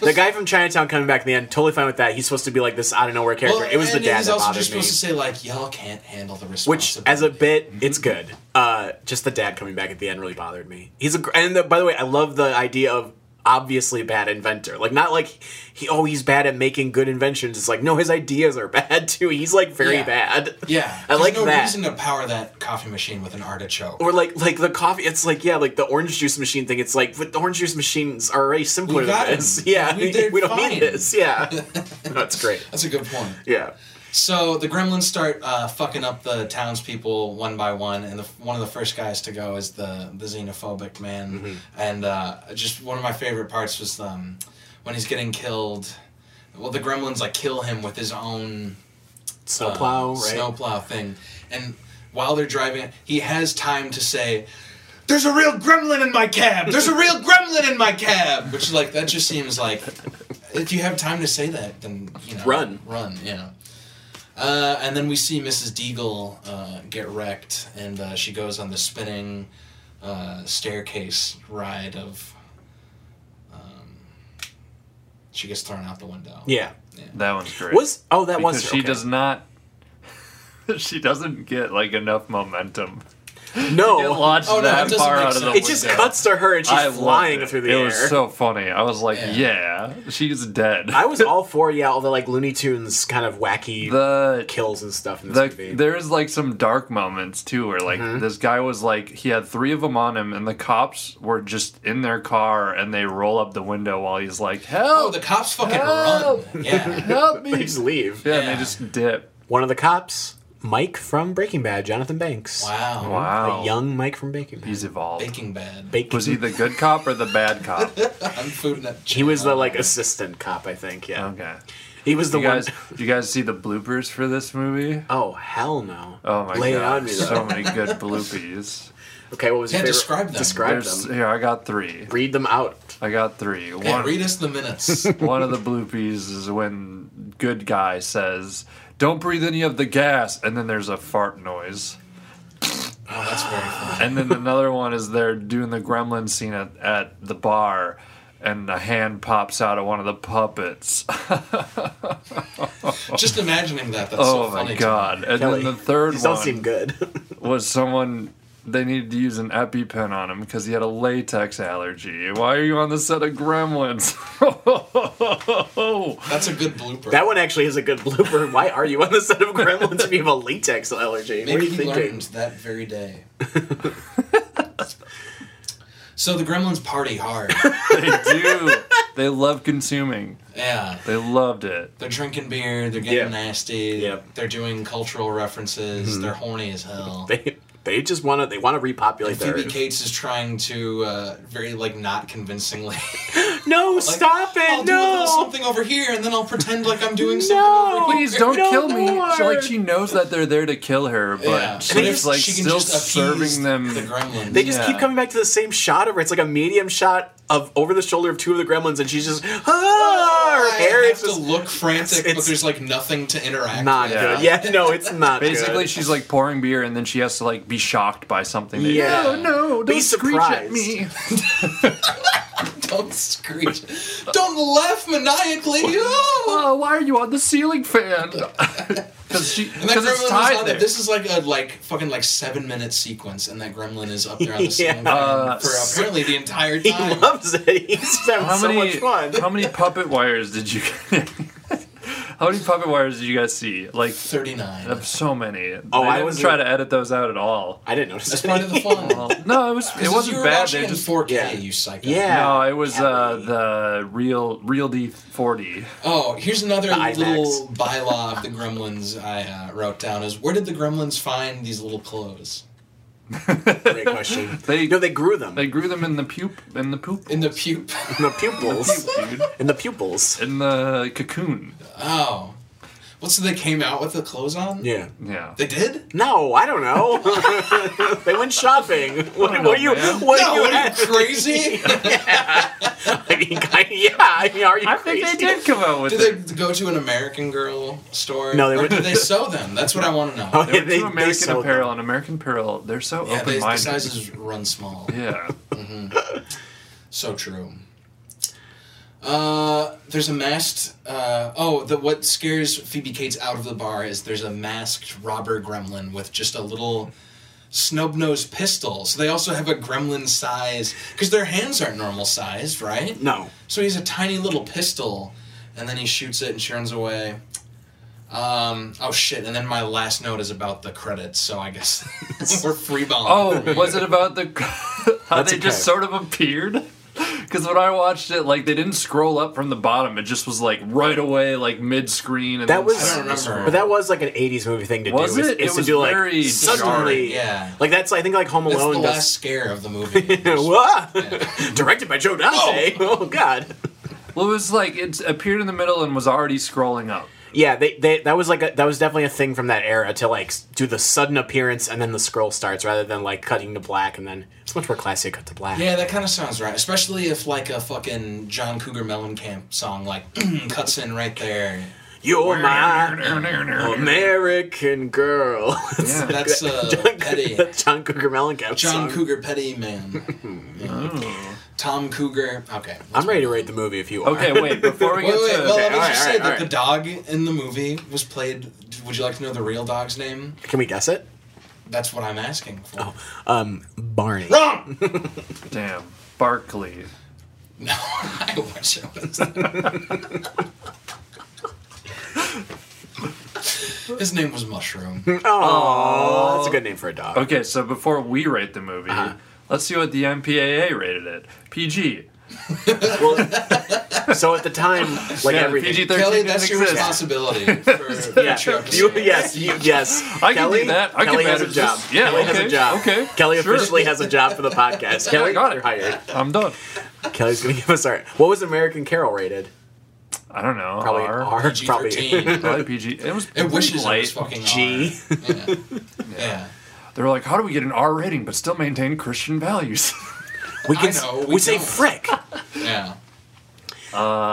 Speaker 3: The guy from Chinatown coming back in the end, totally fine with that. He's supposed to be like this out of nowhere character. it was the
Speaker 4: and
Speaker 3: dad
Speaker 4: he's
Speaker 3: that
Speaker 4: also
Speaker 3: bothered
Speaker 4: just
Speaker 3: me.
Speaker 4: supposed to say Mm-hmm. like, y'all can't handle the
Speaker 3: Which,
Speaker 4: responsibility.
Speaker 3: as a bit, it's good. Uh, just the dad coming back at the end really bothered me. He's a gr- and the, by the way, I love the idea of obviously a bad inventor. Like not like he oh he's bad at making good inventions. It's like no, his ideas are *laughs* bad too. He's like very
Speaker 4: Yeah.
Speaker 3: bad.
Speaker 4: yeah,
Speaker 3: I
Speaker 4: there's
Speaker 3: like
Speaker 4: no
Speaker 3: that.
Speaker 4: reason to power that coffee machine with an artichoke.
Speaker 3: Or like like the coffee. It's like yeah, like the orange juice machine thing. It's like but the orange juice machines are already simpler
Speaker 4: We got
Speaker 3: than
Speaker 4: 'em.
Speaker 3: this. *laughs* Yeah,
Speaker 4: We did
Speaker 3: don't
Speaker 4: fine. *laughs*
Speaker 3: need this. Yeah, that's great.
Speaker 4: That's a good point.
Speaker 3: Yeah.
Speaker 4: So the gremlins start uh, fucking up the townspeople one by one, and the, one of the first guys to go is the the xenophobic man.
Speaker 3: Mm-hmm.
Speaker 4: And uh, just one of my favorite parts was um, when he's getting killed. Well, the gremlins like kill him with his own uh,
Speaker 3: Snowplow, right?
Speaker 4: snowplow thing, and while they're driving, he has time to say. There's a real gremlin in my cab. There's a real gremlin in my cab, which like that just seems like if you have time to say that, then you know
Speaker 3: Run.
Speaker 4: run, yeah. Uh, and then we see Mrs. Deagle uh, get wrecked, and uh, she goes on the spinning uh, staircase ride of. Um, she gets thrown out the window.
Speaker 3: Yeah.
Speaker 2: That one's great.
Speaker 3: Was oh that
Speaker 2: because
Speaker 3: was her,
Speaker 2: she
Speaker 3: okay.
Speaker 2: does not. *laughs* she doesn't get like enough momentum. It
Speaker 3: no.
Speaker 2: launched
Speaker 4: Oh, no,
Speaker 2: that
Speaker 4: it doesn't
Speaker 2: far
Speaker 4: make
Speaker 2: out of the
Speaker 4: sense.
Speaker 3: It just
Speaker 2: window.
Speaker 3: cuts to her and she's
Speaker 2: I loved
Speaker 3: flying
Speaker 2: it.
Speaker 3: through the
Speaker 2: it
Speaker 3: air.
Speaker 2: was so funny. I was like, yeah, she's dead. *laughs*
Speaker 3: I was all for yeah, all the like Looney Tunes kind of wacky
Speaker 2: the
Speaker 3: kills and stuff in this
Speaker 2: the,
Speaker 3: movie.
Speaker 2: there's like some dark moments too where like
Speaker 3: Mm-hmm.
Speaker 2: this guy was like he had three of them on him and the cops were just in their car and they roll up the window while he's like
Speaker 4: Oh,
Speaker 2: help
Speaker 4: the cops fucking
Speaker 2: Help!
Speaker 4: run!
Speaker 3: *laughs*
Speaker 4: Yeah.
Speaker 2: help
Speaker 3: they
Speaker 2: me
Speaker 3: just leave.
Speaker 2: yeah, and
Speaker 4: Yeah.
Speaker 2: they just dip
Speaker 3: One of the cops, Mike from Breaking Bad, Jonathan Banks.
Speaker 4: Wow.
Speaker 2: wow
Speaker 3: A young Mike from Breaking Bad.
Speaker 2: he's evolved
Speaker 4: Baking bad.
Speaker 3: Bacon.
Speaker 2: was he the good cop or the bad cop
Speaker 4: *laughs*
Speaker 3: *laughs*
Speaker 4: I'm fooding up.
Speaker 3: He was the like assistant cop, I think. Yeah,
Speaker 2: okay
Speaker 3: he was the
Speaker 2: you
Speaker 3: one *laughs*
Speaker 2: guys do you guys see the bloopers for this movie
Speaker 3: Oh hell no!
Speaker 2: oh my
Speaker 3: Lay it
Speaker 2: god
Speaker 3: on me, though.
Speaker 2: so many
Speaker 3: *laughs*
Speaker 2: good bloopies
Speaker 3: okay, what was
Speaker 4: Yeah,
Speaker 3: your favorite?
Speaker 4: describe them.
Speaker 3: Describe
Speaker 2: There's,
Speaker 3: them.
Speaker 2: here i got three
Speaker 3: Read them out.
Speaker 2: i got three one,
Speaker 4: Hey, read us
Speaker 3: *laughs*
Speaker 4: the minutes. Oh,
Speaker 2: one of the bloopies is when good guy says, "Don't breathe any of the gas," and then there's a fart noise.
Speaker 4: Oh, that's very
Speaker 2: *laughs*
Speaker 4: funny.
Speaker 2: And
Speaker 3: *laughs*
Speaker 2: then another one is they're doing the gremlin scene at, at the bar, and a hand pops out of one of the puppets.
Speaker 4: Just imagining that. That's
Speaker 2: oh
Speaker 4: so funny.
Speaker 2: my
Speaker 4: to me.
Speaker 2: god! And
Speaker 3: Kelly,
Speaker 2: then the third
Speaker 3: These
Speaker 2: one
Speaker 3: don't seem good.
Speaker 2: was someone. They needed to use an EpiPen on him because he had a latex allergy. Why are you on the set of Gremlins? *laughs*
Speaker 4: That's a good blooper.
Speaker 3: that one actually is a good blooper. Why are you on the
Speaker 4: *laughs*
Speaker 3: set of Gremlins if you have a latex allergy? what are
Speaker 4: Maybe
Speaker 3: you
Speaker 4: he
Speaker 3: thinking?
Speaker 4: learned that
Speaker 3: *laughs*
Speaker 4: very day. so the gremlins party
Speaker 3: *laughs*
Speaker 4: hard.
Speaker 2: they do. They love consuming.
Speaker 4: Yeah.
Speaker 2: They loved it.
Speaker 4: They're drinking beer, they're getting
Speaker 3: Yeah.
Speaker 4: nasty,
Speaker 3: Yep.
Speaker 4: they're doing cultural references, they're horny as hell.
Speaker 3: They they just want to they want to repopulate the
Speaker 4: Phoebe
Speaker 3: earth.
Speaker 4: Cates is trying to uh, very like not convincingly.
Speaker 3: No, stop it!
Speaker 4: I'll do a
Speaker 3: no.
Speaker 4: little something over here, and then I'll pretend like I'm doing something.
Speaker 3: No.
Speaker 4: over here.
Speaker 2: Please don't
Speaker 3: No
Speaker 2: kill me.
Speaker 3: more.
Speaker 2: She, like she knows that they're there to kill her, but
Speaker 4: Yeah. But if
Speaker 2: she's like
Speaker 4: she can
Speaker 2: still
Speaker 4: just appease
Speaker 2: serving them.
Speaker 4: The gremlins.
Speaker 3: They just
Speaker 2: Yeah.
Speaker 3: keep coming back to the same shot of her. It's like a medium shot of over the shoulder of two of the gremlins, and she's just ah, her
Speaker 4: Oh, I
Speaker 3: hair
Speaker 4: have
Speaker 3: is
Speaker 4: to
Speaker 3: just
Speaker 4: look frantic, but
Speaker 3: it's-
Speaker 4: there's like nothing to interact.
Speaker 3: not
Speaker 4: with.
Speaker 3: good. Yeah, no,
Speaker 4: *laughs*
Speaker 3: it's not. good.
Speaker 2: Basically, she's like pouring beer, and then she has to like be shocked by something. That,
Speaker 3: Yeah.
Speaker 2: No, no,
Speaker 3: Be
Speaker 2: don't screech at
Speaker 3: surprised.
Speaker 2: me.
Speaker 4: *laughs* Don't screech. Don't laugh maniacally. Oh!
Speaker 2: *laughs* Oh, why are you on the ceiling fan? *laughs* Because she,
Speaker 4: And that
Speaker 2: because
Speaker 4: gremlin
Speaker 2: it's
Speaker 4: was on
Speaker 2: tied
Speaker 4: there.
Speaker 2: there.
Speaker 4: This is like a like fucking like seven minute sequence, and that gremlin is up there on the
Speaker 3: *laughs*
Speaker 4: ceiling
Speaker 3: Yeah.
Speaker 2: Uh,
Speaker 4: for apparently the entire
Speaker 3: he
Speaker 4: time.
Speaker 3: loves it. He's just having
Speaker 2: How
Speaker 3: so
Speaker 2: many,
Speaker 3: much fun.
Speaker 2: how many puppet wires did you? *laughs* how many puppet wires did you guys see? Like,
Speaker 4: Thirty nine.
Speaker 2: of so many.
Speaker 3: Oh,
Speaker 2: they
Speaker 3: I
Speaker 2: didn't
Speaker 3: was-
Speaker 2: try to edit those out at all.
Speaker 3: I didn't notice
Speaker 4: That's
Speaker 3: any.
Speaker 4: part of the
Speaker 2: *laughs*
Speaker 4: fun.
Speaker 2: Well, no, it was. It wasn't bad. They
Speaker 4: In
Speaker 2: just
Speaker 4: 4K,
Speaker 3: Yeah.
Speaker 4: you psycho.
Speaker 3: Yeah.
Speaker 2: No, it was uh,
Speaker 3: Kelly.
Speaker 2: the real real D forty.
Speaker 4: Oh, here's another
Speaker 3: IMAX.
Speaker 4: little bylaw of the Gremlins I uh, wrote down: is where did the Gremlins find these little clothes?
Speaker 3: Great question.
Speaker 2: They-
Speaker 3: no, they grew them.
Speaker 2: They grew them in the pup in the poop,
Speaker 4: In the pupe.
Speaker 3: in the
Speaker 2: *laughs*
Speaker 3: pupils.
Speaker 2: dude,
Speaker 3: in the pupils.
Speaker 2: in the cocoon.
Speaker 4: *laughs* oh, well, so they came out with the clothes on.
Speaker 3: Yeah.
Speaker 2: Yeah,
Speaker 4: They did?
Speaker 3: No, I don't know. *laughs* they went shopping. What,
Speaker 2: don't
Speaker 3: what
Speaker 2: know,
Speaker 3: you?
Speaker 2: man.
Speaker 3: What
Speaker 4: No,
Speaker 3: you?
Speaker 4: what are
Speaker 3: at?
Speaker 4: you crazy?
Speaker 3: *laughs* I mean, I- yeah. I mean, are you
Speaker 2: I
Speaker 3: crazy?
Speaker 2: think they
Speaker 3: *laughs*
Speaker 2: did come out with it.
Speaker 4: Did they go to an American Girl store?
Speaker 3: No, they
Speaker 4: Or
Speaker 3: went-
Speaker 4: did they sew them? That's what I want
Speaker 3: *laughs*
Speaker 4: to know.
Speaker 3: Oh,
Speaker 2: They
Speaker 3: yeah,
Speaker 2: went
Speaker 3: they,
Speaker 2: to
Speaker 3: they
Speaker 2: American
Speaker 3: sold
Speaker 2: Apparel,
Speaker 3: them.
Speaker 2: and American Apparel, they're so
Speaker 4: yeah, they,
Speaker 2: open
Speaker 4: the
Speaker 2: minded.
Speaker 4: sizes run small.
Speaker 2: Yeah,
Speaker 4: So true. Uh, there's a masked. Uh, oh, the what scares Phoebe Cates out of the bar is there's a masked robber gremlin with just a little snub-nosed pistol. So they also have a gremlin size because their hands aren't normal sized, right?
Speaker 3: No.
Speaker 4: So he's a tiny little pistol, and then he shoots it and she runs away. Um, oh shit! And then my last note is about the credits, so I guess *laughs* we're free balling.
Speaker 2: Oh, was it about the *laughs* how
Speaker 3: That's
Speaker 2: they just
Speaker 3: okay.
Speaker 2: sort of appeared? Because when I watched it, like they didn't scroll up from the bottom; it just was like right away, like mid screen.
Speaker 3: That was,
Speaker 4: I don't remember.
Speaker 3: but that was like an '80s movie thing to
Speaker 2: Was
Speaker 3: do. is-
Speaker 2: it?
Speaker 3: is
Speaker 2: It
Speaker 3: to
Speaker 2: was
Speaker 3: do like
Speaker 2: very
Speaker 3: suddenly,
Speaker 4: jarring, yeah.
Speaker 3: Like that's I think like Home
Speaker 4: That's
Speaker 3: Alone
Speaker 4: the
Speaker 3: does. *laughs*
Speaker 4: last scare of the movie.
Speaker 3: Whoa! Directed by Joe Dante. *laughs* Oh God.
Speaker 2: well, it was like it appeared in the middle and was already scrolling
Speaker 4: *laughs*
Speaker 2: up.
Speaker 3: Yeah, they, they that was like a, that was definitely a thing from that era to like s- do the sudden appearance and then the scroll starts rather than like cutting to black and then it's much more classic cut to black.
Speaker 4: Yeah, that kind of sounds right. Especially if like a fucking John Cougar Mellencamp song like *clears throat* cuts in right there.
Speaker 3: You're my American girl. *laughs*
Speaker 2: Yeah.
Speaker 4: That's uh, Petty.
Speaker 3: That's John Cougar Mellencamp.
Speaker 4: John
Speaker 3: song.
Speaker 4: Cougar Petty Man.
Speaker 3: *laughs*
Speaker 2: Oh.
Speaker 4: Tom Cougar. Okay.
Speaker 3: I'm ready to rate the movie if you are.
Speaker 2: Okay, wait. Before we
Speaker 4: Wait,
Speaker 2: get
Speaker 4: wait,
Speaker 2: to
Speaker 4: well, let me
Speaker 3: all
Speaker 4: just
Speaker 3: right,
Speaker 4: say
Speaker 3: all
Speaker 4: that
Speaker 3: right.
Speaker 4: the dog in the movie was played. Would you like to know the real dog's name?
Speaker 3: Can we guess it?
Speaker 4: That's what I'm asking for.
Speaker 3: Um, Barney.
Speaker 4: Wrong!
Speaker 2: damn Barkley,
Speaker 4: *laughs* no, I wish it was.
Speaker 3: *laughs*
Speaker 4: His name was Mushroom.
Speaker 3: Oh, that's a good name for a dog.
Speaker 2: Okay, so before we rate the movie,
Speaker 4: Uh-huh.
Speaker 2: let's see what the MPAA rated it. PG.
Speaker 3: Well, so at the time, like
Speaker 2: Yeah,
Speaker 3: everything.
Speaker 2: PG-13
Speaker 4: Kelly,
Speaker 2: didn't
Speaker 4: that's your
Speaker 2: exist.
Speaker 4: responsibility for future
Speaker 3: Yeah. You,
Speaker 4: episodes.
Speaker 3: yes, you, yes.
Speaker 2: I can
Speaker 3: Kelly,
Speaker 2: do that. I
Speaker 3: Kelly
Speaker 2: can
Speaker 3: has a
Speaker 2: manage
Speaker 3: job.
Speaker 2: this. Yeah,
Speaker 3: Kelly
Speaker 2: okay,
Speaker 3: has a job.
Speaker 2: Okay,
Speaker 3: Kelly
Speaker 2: sure.
Speaker 3: officially has a job for
Speaker 2: *laughs*
Speaker 3: the podcast. Kelly,
Speaker 2: got it.
Speaker 3: you're hired.
Speaker 2: I'm done.
Speaker 3: Kelly's gonna give us our. What was American Carol rated?
Speaker 2: I don't know.
Speaker 3: Probably
Speaker 2: R.
Speaker 3: R.
Speaker 4: PG-13.
Speaker 3: Probably
Speaker 2: Probably PG. It was.
Speaker 4: It wishes it was
Speaker 2: light.
Speaker 3: *laughs*
Speaker 4: fucking
Speaker 3: G.
Speaker 2: *laughs*
Speaker 4: R. Yeah. yeah.
Speaker 2: They were like, how do we get an R rating but still maintain Christian values? *laughs*
Speaker 3: We can.
Speaker 4: I know,
Speaker 3: we
Speaker 4: we
Speaker 3: say
Speaker 4: don't.
Speaker 3: frick.
Speaker 4: Yeah.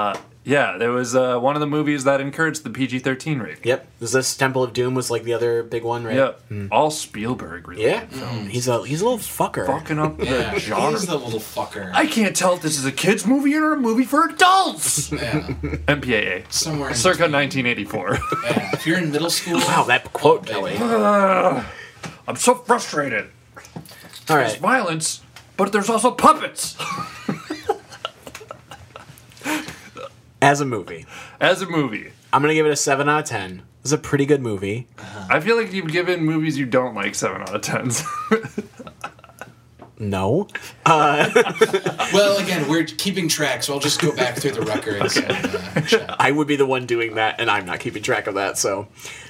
Speaker 2: yeah, there was uh, one of the movies that encouraged the PG-13 rating.
Speaker 3: yep. Is this Temple of Doom was like the other big one, right?
Speaker 2: Yep. All Spielberg related.
Speaker 3: Hmm. Yeah. Mm, He's a he's a little fucker.
Speaker 2: Fucking
Speaker 3: *laughs*
Speaker 2: up
Speaker 4: Yeah.
Speaker 2: the genre.
Speaker 4: He's the little fucker.
Speaker 2: I can't tell if this is a kids movie or a movie for
Speaker 3: *laughs*
Speaker 2: adults.
Speaker 4: yeah.
Speaker 2: MPAA.
Speaker 4: Somewhere in
Speaker 2: Circa
Speaker 4: between.
Speaker 3: *laughs*
Speaker 2: 1984.
Speaker 4: Yeah. If you're in
Speaker 2: *laughs*
Speaker 4: middle school.
Speaker 3: Wow, that quote, Kelly.
Speaker 4: baby.
Speaker 2: I'm so frustrated.
Speaker 3: All
Speaker 2: There's
Speaker 3: right.
Speaker 2: violence, but there's also puppets. *laughs*
Speaker 3: As a movie,
Speaker 2: As a movie,
Speaker 3: I'm gonna give it a seven out of ten. It's a pretty good movie.
Speaker 2: I feel like you've given movies you don't like seven out of tens.
Speaker 3: No.
Speaker 4: Well, again, we're keeping track, so I'll just go back through
Speaker 2: *laughs*
Speaker 4: the records. and, uh, check.
Speaker 3: I would be the one doing that, and I'm not keeping track of that. So,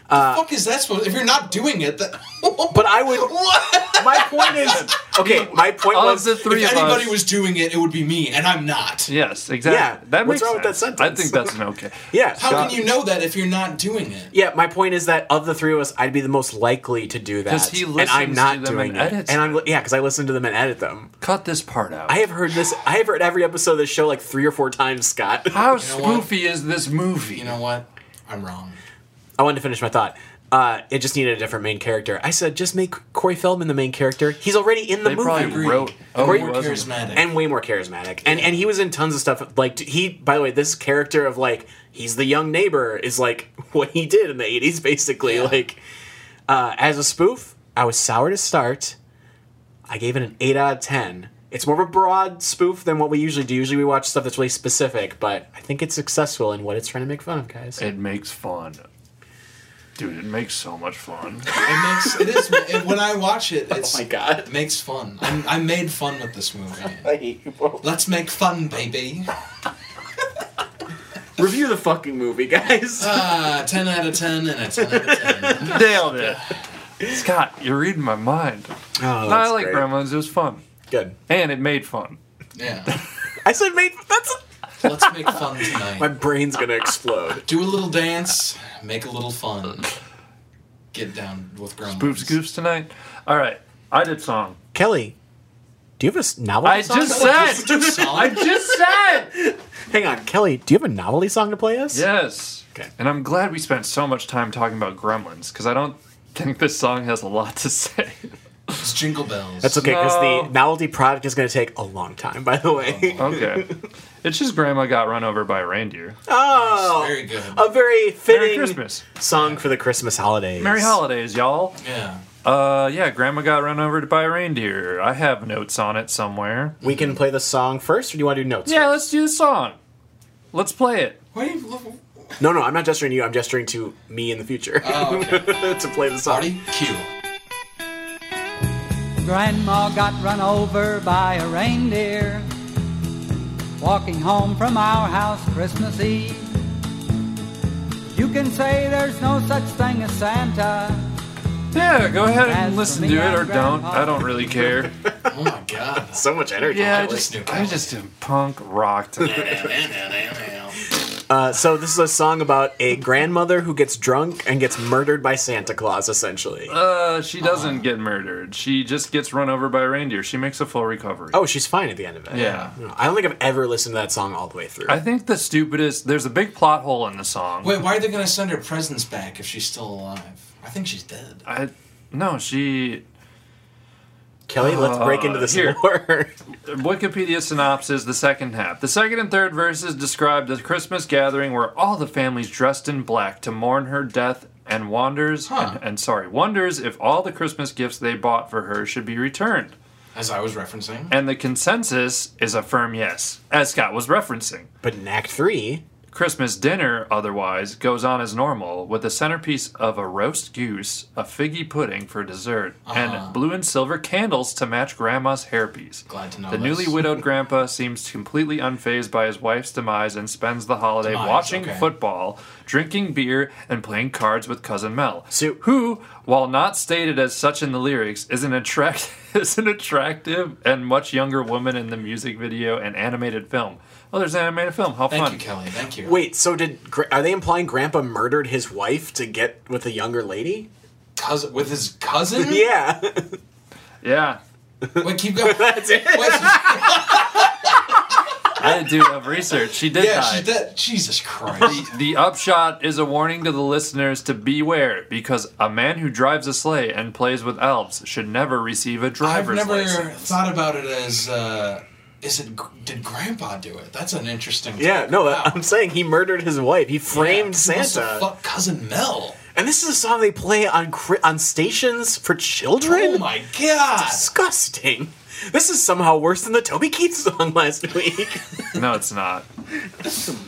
Speaker 2: Uh,
Speaker 4: fuck is that supposed? If you're not doing it, that, *laughs*
Speaker 3: but
Speaker 2: *laughs*
Speaker 3: I would.
Speaker 4: what?
Speaker 3: My point is okay. My point
Speaker 2: Of
Speaker 3: was
Speaker 2: the three
Speaker 4: if
Speaker 2: of
Speaker 4: anybody
Speaker 2: us,
Speaker 4: was doing it, it would be me, and I'm not.
Speaker 2: *laughs* yes, exactly.
Speaker 3: Yeah,
Speaker 2: that
Speaker 3: what's
Speaker 2: makes
Speaker 3: wrong with that
Speaker 2: sense. I
Speaker 3: sentence?
Speaker 2: think that's an
Speaker 3: *laughs*
Speaker 2: okay.
Speaker 3: Yeah.
Speaker 4: How can you know that if you're not doing it?
Speaker 3: yeah, my point is that of the three of us, I'd be the most likely to do that.
Speaker 2: 'Cause he
Speaker 3: and I'm
Speaker 2: listens
Speaker 3: not
Speaker 2: to them
Speaker 3: doing
Speaker 2: and
Speaker 3: it.
Speaker 2: edits
Speaker 3: And I'm yeah, because I listen to them and edit them.
Speaker 2: Cut this part out.
Speaker 3: I have heard this. I have heard every episode of this show like three or four times, Scott. *laughs*
Speaker 2: How
Speaker 4: know what?
Speaker 2: spoofy is this movie?
Speaker 4: You know what? I'm wrong.
Speaker 3: I wanted to finish my thought. Uh, it just needed a different main character. I said, just make Corey Feldman the main character. He's already in the
Speaker 2: they
Speaker 3: movie.
Speaker 2: probably
Speaker 4: Agreed.
Speaker 2: wrote.
Speaker 4: Oh,
Speaker 2: he
Speaker 4: more
Speaker 2: wasn't.
Speaker 4: charismatic.
Speaker 3: and way more charismatic. And and he was in tons of stuff. Like t- he, by the way, this character of like he's the young neighbor is like *laughs* what he did in the eighties, basically.
Speaker 4: Yeah.
Speaker 3: Like uh, as a spoof, I was sour to start. I gave it an eight out of ten. It's more of a broad spoof than what we usually do. Usually we watch stuff that's really specific, but I think it's successful in what it's trying to make fun of, guys.
Speaker 2: It makes fun. Dude, it makes so much fun.
Speaker 4: It makes it is it, when I watch it. It's,
Speaker 3: *laughs* Oh my god.
Speaker 4: It makes fun. I'm, I made fun with this movie.
Speaker 3: I hate you both.
Speaker 4: Let's make fun, baby.
Speaker 3: Review the fucking movie, guys.
Speaker 4: Uh, ten out of ten and a ten out of ten.
Speaker 2: Nailed it. Scott, you're reading my mind.
Speaker 3: *laughs* Oh,
Speaker 2: I
Speaker 3: that's
Speaker 2: like
Speaker 3: great.
Speaker 2: Gremlins. It was fun.
Speaker 3: Good.
Speaker 2: And it made fun.
Speaker 4: Yeah.
Speaker 3: I said, mate, that's.
Speaker 4: Let's make fun tonight.
Speaker 3: My
Speaker 2: *laughs*
Speaker 3: brain's gonna explode.
Speaker 4: Do a little dance, make a little fun. Get down with grumbles.
Speaker 2: Boobs Goofs tonight. All right. I did song.
Speaker 3: Kelly, do you have a s- novelty
Speaker 2: I
Speaker 3: song?
Speaker 2: just said. I
Speaker 4: Solid.
Speaker 2: just said.
Speaker 3: Hang on, Kelly, do you have a novelty song to play us?
Speaker 2: Yes.
Speaker 3: Okay.
Speaker 2: And I'm glad we spent so much time talking about Gremlins because I don't think this song has a lot to *laughs* say.
Speaker 4: It's jingle bells.
Speaker 3: That's okay, because
Speaker 2: No.
Speaker 3: the novelty product is gonna take a long time, by the way.
Speaker 2: Okay. it's just Grandma got run over by a reindeer.
Speaker 3: *laughs* Oh!
Speaker 4: Very good.
Speaker 3: A very
Speaker 2: Merry
Speaker 3: fitting
Speaker 2: Christmas.
Speaker 3: song for the Christmas holidays.
Speaker 2: Merry holidays, y'all.
Speaker 4: yeah.
Speaker 2: Uh, yeah, Grandma got run over by a reindeer. I have notes on it somewhere.
Speaker 3: We can play the song first, or do you want to do notes?
Speaker 2: Yeah, let's do the song. Let's play it.
Speaker 4: Why do you
Speaker 3: first? No, no, I'm not gesturing to you. I'm gesturing to me in the future
Speaker 4: Oh, okay.
Speaker 3: *laughs* to play the song.
Speaker 4: Party cue.
Speaker 5: Grandma got run over by a reindeer. walking home from our house Christmas Eve. You can say there's no such thing as Santa.
Speaker 2: Yeah, go ahead
Speaker 5: As
Speaker 2: and
Speaker 5: for
Speaker 2: listen
Speaker 5: me,
Speaker 2: to it
Speaker 5: I'm
Speaker 2: or don't.
Speaker 5: Grandpa.
Speaker 2: I don't really care.
Speaker 4: Oh my god.
Speaker 3: So much energy.
Speaker 2: *laughs* Yeah, I
Speaker 4: Really
Speaker 2: just,
Speaker 4: Snoop
Speaker 2: I
Speaker 4: Dogg.
Speaker 2: just am punk *laughs* rocked.
Speaker 3: Uh, so this is a song about a grandmother who gets drunk and gets murdered by Santa Claus, essentially.
Speaker 2: Uh, she doesn't get murdered. She just gets run over by a reindeer. She makes a full recovery.
Speaker 3: oh, she's fine at the end of it.
Speaker 2: Yeah.
Speaker 3: No, I don't think I've ever listened to that song all the way through.
Speaker 2: I think the stupidest. There's a big plot hole in the song.
Speaker 4: Wait, why are they gonna send her presents back if she's still alive? I think she's dead.
Speaker 2: I no, she
Speaker 3: Kelly, let's break into this
Speaker 2: Uh, here.
Speaker 3: lore. *laughs*
Speaker 2: Wikipedia synopsis, the second half. The second and third verses describe the Christmas gathering where all the families dressed in black to mourn her death and wonders and, and sorry, wonders if all the Christmas gifts they bought for her should be returned.
Speaker 4: As I was referencing.
Speaker 2: And the consensus is a firm yes, as Scott was referencing.
Speaker 3: but in Act Three,
Speaker 2: Christmas dinner, otherwise, goes on as normal, with the centerpiece of a roast goose, a figgy pudding for dessert, and blue and silver candles to match Grandma's hairpiece.
Speaker 4: Glad to know
Speaker 2: The
Speaker 4: this.
Speaker 2: newly widowed grandpa seems completely unfazed by his wife's demise and spends the holiday
Speaker 4: Demise,
Speaker 2: watching
Speaker 4: okay.
Speaker 2: football, drinking beer, and playing cards with cousin Mel,
Speaker 3: So-
Speaker 2: who, while not stated as such in the lyrics, is an attract *laughs* is an attractive and much younger woman in the music video and animated film. Oh, there's an animated film. How
Speaker 4: Thank
Speaker 2: fun!
Speaker 4: you, Kelly. Thank you.
Speaker 3: wait. So did Gra- are they implying Grandpa murdered his wife to get with a younger lady?
Speaker 4: cousin with his
Speaker 3: *laughs*
Speaker 4: cousin?
Speaker 3: Yeah,
Speaker 2: Yeah,
Speaker 4: Wait, keep going.
Speaker 3: *laughs* that's it.
Speaker 4: Wait,
Speaker 2: I did do love research. She did
Speaker 4: yeah,
Speaker 2: die.
Speaker 4: she's dead. Jesus Christ.
Speaker 2: The upshot is a warning to the listeners to beware because a man who drives a sleigh and plays with elves should never receive a
Speaker 4: I've
Speaker 2: driver's
Speaker 4: never
Speaker 2: license.
Speaker 4: thought about it as uh is it did grandpa do it? That's an interesting
Speaker 3: Yeah,
Speaker 4: take.
Speaker 3: no,
Speaker 4: Wow.
Speaker 3: I'm saying he murdered his wife. He framed
Speaker 4: He must have
Speaker 3: Santa,
Speaker 4: fucked cousin Mel.
Speaker 3: and this is a song they play on cri- on stations for children.
Speaker 4: Oh my god.
Speaker 3: disgusting. This is somehow worse than the Toby Keith song last week.
Speaker 2: No, it's not.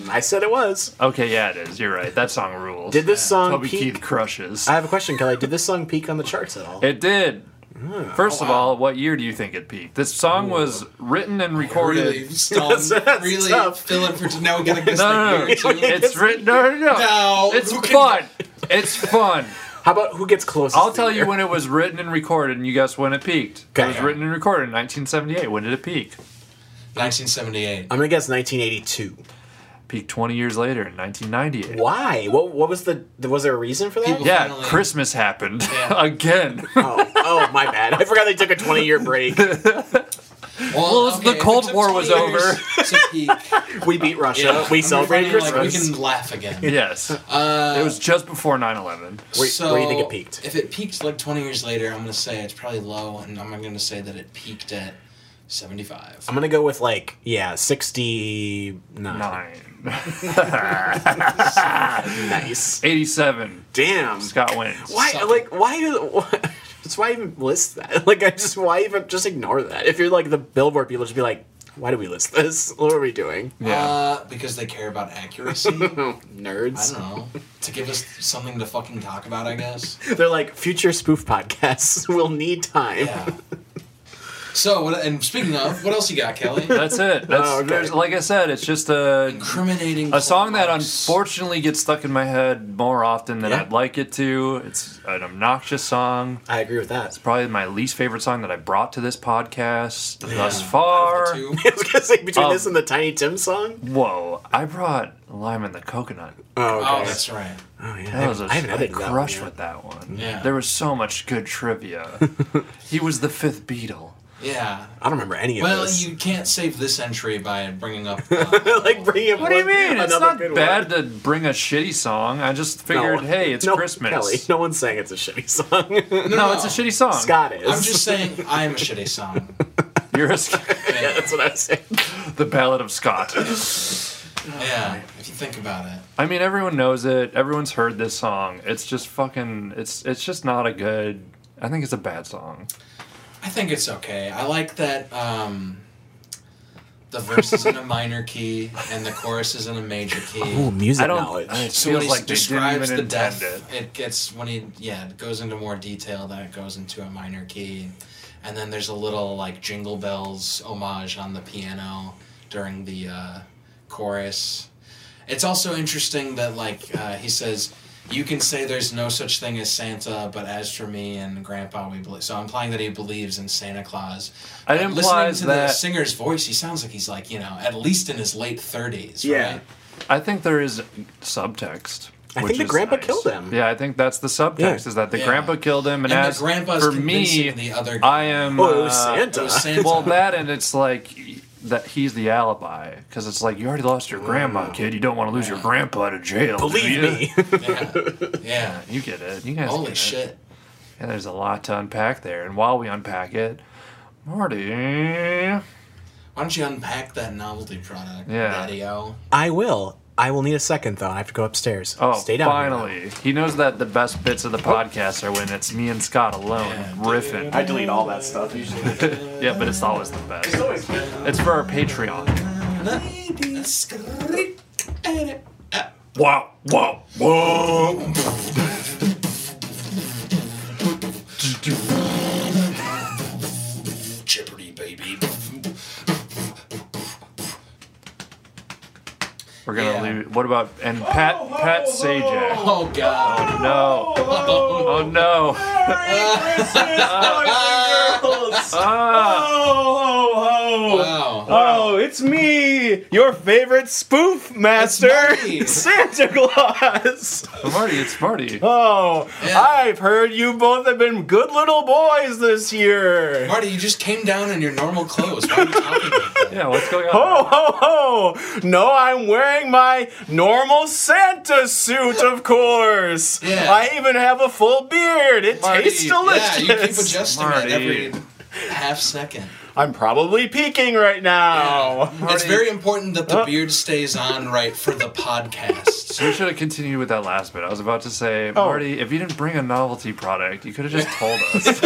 Speaker 3: I said it was.
Speaker 2: Okay, yeah, it is. You're right. That song rules.
Speaker 3: Did this song
Speaker 2: Toby
Speaker 3: peak?
Speaker 2: Keith crushes.
Speaker 3: I have a question, Kelly. Did this song peak on the charts at all?
Speaker 2: It did.
Speaker 4: Hmm.
Speaker 2: First of all, what year do you think it peaked? This song was written and recorded.
Speaker 4: *laughs* Really
Speaker 2: *laughs*
Speaker 4: stunned.
Speaker 3: that's
Speaker 4: really
Speaker 3: tough.
Speaker 4: filling for now we gotta guess
Speaker 2: No,
Speaker 4: like
Speaker 2: no, no.
Speaker 4: year or two.
Speaker 2: It's written. No, no, no.
Speaker 4: No,
Speaker 2: it's
Speaker 4: who can-
Speaker 2: fun. It's fun.
Speaker 3: How about who gets closest?
Speaker 2: I'll
Speaker 3: to
Speaker 2: tell
Speaker 3: the
Speaker 2: you
Speaker 3: year?
Speaker 2: when it was written and recorded, and you guess when it peaked. It
Speaker 3: Okay.
Speaker 2: was written and recorded in 1978. When did it peak?
Speaker 4: 1978.
Speaker 3: I'm gonna guess 1982.
Speaker 2: Peaked 20 years later in 1998.
Speaker 3: Why? What? What was the? Was there a reason for that?
Speaker 4: People-
Speaker 2: Yeah,
Speaker 4: Finally.
Speaker 2: Christmas happened *laughs*
Speaker 4: Yeah.
Speaker 2: again.
Speaker 3: Oh, oh, my bad. I forgot they took a 20
Speaker 2: *laughs*
Speaker 3: year break.
Speaker 4: Well,
Speaker 2: was- the
Speaker 4: if it
Speaker 2: Cold
Speaker 4: took
Speaker 2: War was
Speaker 4: 20 years
Speaker 2: over.
Speaker 4: to
Speaker 2: *laughs*
Speaker 4: peak,
Speaker 3: We beat Russia.
Speaker 4: yeah,
Speaker 3: We
Speaker 4: I'm
Speaker 3: celebrated
Speaker 4: finally,
Speaker 3: Christmas.
Speaker 4: like, we can
Speaker 2: *laughs*
Speaker 4: laugh again.
Speaker 2: yes,
Speaker 4: Uh,
Speaker 2: it was just before 9/11.
Speaker 3: Where- where do you think it peaked?
Speaker 4: If it peaked like 20 years later, I'm going to say it's probably low, and I'm going to say that it peaked at 75.
Speaker 3: I'm gonna go with like yeah, 69.
Speaker 2: Nine.
Speaker 3: Nice.
Speaker 2: 87.
Speaker 3: Damn.
Speaker 2: Scott wins.
Speaker 3: Why?
Speaker 4: Suck it.
Speaker 3: Like, why do? *laughs* Why, just why even list that? *laughs* Like, I just why even just ignore that? If you're like the Billboard people, just be like, why do we list this? *laughs* What are we doing,
Speaker 2: Yeah.
Speaker 4: Uh, because they care
Speaker 3: *laughs*
Speaker 4: about accuracy. I
Speaker 3: nerds?
Speaker 4: don't know. To give us something to fucking talk about,
Speaker 3: *laughs*
Speaker 4: I guess.
Speaker 3: They're like future spoof podcasts *laughs* will need time.
Speaker 4: Yeah. So, what, and speaking of, what else you
Speaker 2: *laughs*
Speaker 4: got, Kelly?
Speaker 2: That's
Speaker 4: *laughs*
Speaker 2: it. That's,
Speaker 3: Oh, okay.
Speaker 2: there's, like I said, it's just a
Speaker 4: Incriminating.
Speaker 2: a song that
Speaker 4: remarks.
Speaker 2: unfortunately gets stuck in my head more often than
Speaker 3: Yeah.
Speaker 2: I'd like it to. It's an obnoxious song.
Speaker 3: I agree with that.
Speaker 2: Probably my least favorite song that I brought to this podcast thus
Speaker 4: Out
Speaker 2: far.
Speaker 3: *laughs*
Speaker 4: of the
Speaker 3: *laughs*
Speaker 4: two,
Speaker 3: I was gonna say between
Speaker 2: Um,
Speaker 3: this and the Tiny Tim song.
Speaker 2: Whoa, I brought Lime and the Coconut.
Speaker 3: Oh, okay.
Speaker 4: Oh, that's right.
Speaker 3: Oh, yeah.
Speaker 2: That was a
Speaker 3: I haven't had
Speaker 2: I
Speaker 3: that one
Speaker 2: crush
Speaker 3: yet.
Speaker 2: with that one.
Speaker 4: Yeah.
Speaker 2: There was so much good
Speaker 3: *laughs*
Speaker 2: trivia. he was the fifth Beatle.
Speaker 4: Yeah.
Speaker 3: I don't remember any of
Speaker 4: Well,
Speaker 3: this.
Speaker 4: you can't save this entry by bringing up. Uh,
Speaker 3: *laughs* like bringing up
Speaker 2: What do you
Speaker 3: one-
Speaker 2: mean? It's
Speaker 3: another
Speaker 2: not
Speaker 3: good
Speaker 2: bad
Speaker 3: one.
Speaker 2: to bring a shitty song. I just
Speaker 3: No.
Speaker 2: figured, hey, it's
Speaker 3: No,
Speaker 2: Christmas.
Speaker 3: Kelly, no one's saying it's a shitty song. *laughs*
Speaker 2: No, it's a shitty song.
Speaker 3: Scott is.
Speaker 4: I'm just saying, I'm a shitty song.
Speaker 2: You're a,
Speaker 3: *laughs* yeah, that's what I was saying.
Speaker 2: *laughs* the Ballad of Scott.
Speaker 4: Yeah, if you think about it.
Speaker 2: I mean, everyone knows it. Everyone's heard this song. It's just fucking. It's it's just not a good. I think it's a bad song.
Speaker 4: I think it's okay. I like that um, the verse is in a minor key and the chorus is in a major
Speaker 3: Ooh,
Speaker 4: key.
Speaker 3: music
Speaker 2: I don't.
Speaker 3: knowledge.
Speaker 2: It
Speaker 4: So when
Speaker 2: feels
Speaker 4: he
Speaker 2: like they didn't
Speaker 4: describes
Speaker 2: even
Speaker 4: the
Speaker 2: intend
Speaker 4: death,
Speaker 2: it.
Speaker 4: it gets when he yeah it goes into more detail that it goes into a minor key, and then there's a little like jingle bells homage on the piano during the uh, chorus. It's also interesting that like uh, he says, "You can say there's no such thing as Santa, but as for me and Grandpa, we believe." So implying that he believes in Santa Claus.
Speaker 2: It
Speaker 4: But
Speaker 2: implies
Speaker 4: listening to the
Speaker 2: that-
Speaker 4: singer's voice, he sounds like he's like you know at least in his late thirties.
Speaker 6: Yeah.
Speaker 4: Right?
Speaker 2: I think there is subtext.
Speaker 6: I
Speaker 2: which
Speaker 6: think the
Speaker 2: is
Speaker 6: grandpa
Speaker 2: nice.
Speaker 6: killed him.
Speaker 2: Yeah, I think that's the subtext
Speaker 6: Yeah.
Speaker 2: is that the
Speaker 4: Yeah.
Speaker 2: grandpa killed him, and,
Speaker 4: And the
Speaker 2: as
Speaker 4: grandpa's
Speaker 2: for me,
Speaker 4: convincing the other-
Speaker 2: I am.
Speaker 6: Oh, it was
Speaker 2: uh,
Speaker 6: Santa.
Speaker 4: It was Santa.
Speaker 2: Well, *laughs* that and it's like that he's the alibi because it's like you already lost your grandma, kid. You don't want to lose your grandpa to jail. do
Speaker 6: Believe
Speaker 2: you?
Speaker 6: me.
Speaker 3: *laughs*
Speaker 4: yeah. yeah.
Speaker 2: You get it. You guys.
Speaker 4: Holy
Speaker 2: get it.
Speaker 4: shit.
Speaker 2: And there's a lot to unpack there. And while we unpack it, Marty. Yeah.
Speaker 4: Why don't you unpack that novelty product,
Speaker 2: Yeah.
Speaker 4: Daddy O?
Speaker 6: I will. I will need a second though. I have to go upstairs.
Speaker 2: Oh,
Speaker 6: Stay down. here now.
Speaker 2: finally. He knows that the best bits of the podcast are when it's me and Scott alone
Speaker 4: Yeah.
Speaker 2: riffing.
Speaker 3: I delete all that stuff usually.
Speaker 2: *laughs* Yeah, but it's always the
Speaker 3: It's
Speaker 2: best.
Speaker 3: always good.
Speaker 2: It's for our Patreon. Wow, wow, wow.
Speaker 4: Jeopardy, baby.
Speaker 2: We're gonna
Speaker 4: Yeah.
Speaker 2: leave. What about and Pat
Speaker 3: Oh,
Speaker 2: Pat Sajak?
Speaker 4: Oh, God.
Speaker 2: No. Oh no. *laughs*
Speaker 3: Merry Christmas, boys and girls!
Speaker 2: Ah,
Speaker 3: Oh, ho, ho.
Speaker 4: Wow.
Speaker 3: Oh, it's me, your favorite spoof master, *laughs*
Speaker 4: It's
Speaker 3: Santa Claus.
Speaker 2: Marty, it's Marty.
Speaker 3: Oh,
Speaker 4: Yeah.
Speaker 3: I've heard you both have been good little boys this year.
Speaker 4: Marty, you just came down in your normal clothes. Why are you talking like that?
Speaker 2: Yeah, what's going
Speaker 3: Ho,
Speaker 2: on?
Speaker 3: ho, ho! No, I'm wearing my normal Santa suit, of course.
Speaker 4: Yeah.
Speaker 3: I even have a full beard. It
Speaker 2: Marty,
Speaker 3: tastes
Speaker 2: yeah,
Speaker 4: Yeah,
Speaker 2: *laughs*
Speaker 3: delicious.
Speaker 4: you keep adjusting
Speaker 2: Marty.
Speaker 4: it every half second.
Speaker 3: I'm probably peeking right now.
Speaker 4: It's very important that the beard stays on right for the podcast.
Speaker 2: *laughs* We should have continued with that last bit. I was about to say,
Speaker 3: Oh.
Speaker 2: Marty, if you didn't bring a novelty product, you could have
Speaker 3: *laughs*
Speaker 2: just told us.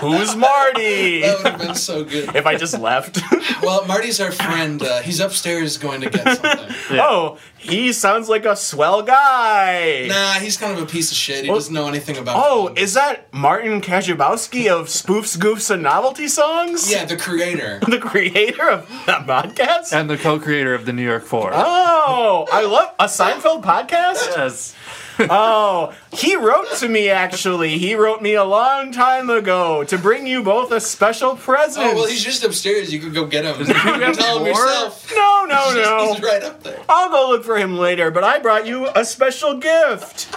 Speaker 3: Who's
Speaker 4: *laughs*
Speaker 3: Marty?
Speaker 4: That would have been so good.
Speaker 3: if I just
Speaker 4: *laughs*
Speaker 3: left.
Speaker 4: Well, Marty's our friend. Uh, he's upstairs going to get something.
Speaker 3: Oh, he sounds like a swell guy.
Speaker 4: Nah, he's kind of a piece of shit. He doesn't know anything about.
Speaker 3: Oh, is that Martin Kazubowski of Spoofs, Goofs, and Novelty Songs?
Speaker 4: yeah, the creator.
Speaker 3: The creator of that podcast?
Speaker 2: and the co-creator of the New York Four.
Speaker 3: Oh, I love a Seinfeld podcast?
Speaker 2: Yes.
Speaker 3: Oh, he wrote to me actually. He wrote me a long time ago to bring you both a special present.
Speaker 4: Oh well, he's just upstairs. You could go get him. You
Speaker 2: have
Speaker 4: can tell him
Speaker 2: more?
Speaker 3: *laughs*
Speaker 4: yourself.
Speaker 3: no, no,
Speaker 4: *laughs* He's just-
Speaker 3: Oh, no.
Speaker 4: He's right up there.
Speaker 3: I'll go look for him later, but I brought you a special
Speaker 4: *laughs*
Speaker 3: gift.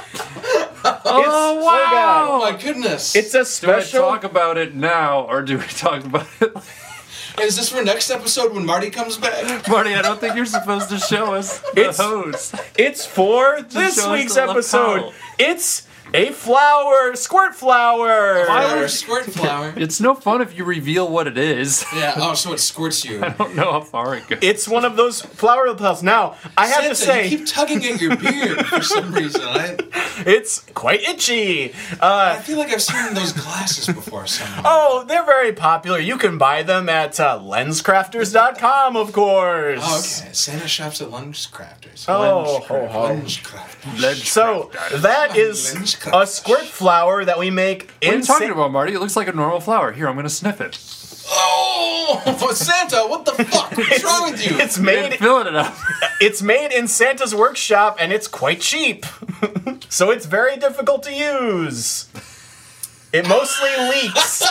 Speaker 2: Oh
Speaker 3: It's- oh, God.
Speaker 4: Oh my goodness!
Speaker 3: It's a
Speaker 2: Do I
Speaker 3: special.
Speaker 2: talk about it now, or do we talk about it?
Speaker 4: is this for next episode when Marty comes
Speaker 2: *laughs*
Speaker 4: back?
Speaker 2: Marty, I don't think you're supposed to show us the
Speaker 3: It's-
Speaker 2: hose.
Speaker 3: It's for this
Speaker 2: show us
Speaker 3: week's
Speaker 2: the lapel.
Speaker 3: *laughs* episode. It's a flower, squirt flower.
Speaker 4: Flower,
Speaker 2: would-
Speaker 4: squirt flower.
Speaker 2: It's no fun if you reveal what it is. *laughs*
Speaker 4: Yeah. Oh, so it squirts you.
Speaker 2: I don't know how far it goes.
Speaker 3: It's one of those flower lapels. Now, I have to
Speaker 4: Santa,
Speaker 3: say, Uh,
Speaker 4: you keep tugging at your beard for some reason. I,
Speaker 3: it's quite itchy.
Speaker 4: I feel like I've seen those glasses before somewhere.
Speaker 3: Oh, they're very popular. You can buy them at uh, lenscrafters.com, of course.
Speaker 4: Oh, okay. Santa shops at Lunch Crafters.
Speaker 3: Oh, ho, ho.
Speaker 4: Lunch Crafters.
Speaker 3: So
Speaker 2: *laughs*
Speaker 3: that is a squirt flower that we make
Speaker 2: What are
Speaker 3: in
Speaker 2: you talking
Speaker 3: Sa-
Speaker 2: about, Marty? It looks like a normal flower. Here, I'm gonna sniff it.
Speaker 4: Oh, *laughs* Santa! What the fuck? What's wrong
Speaker 2: *laughs*
Speaker 4: with you?
Speaker 3: It's
Speaker 2: They
Speaker 3: made
Speaker 2: didn't fill it up.
Speaker 3: it's made in Santa's workshop and it's quite cheap. *laughs* so it's very difficult to use. It mostly leaks.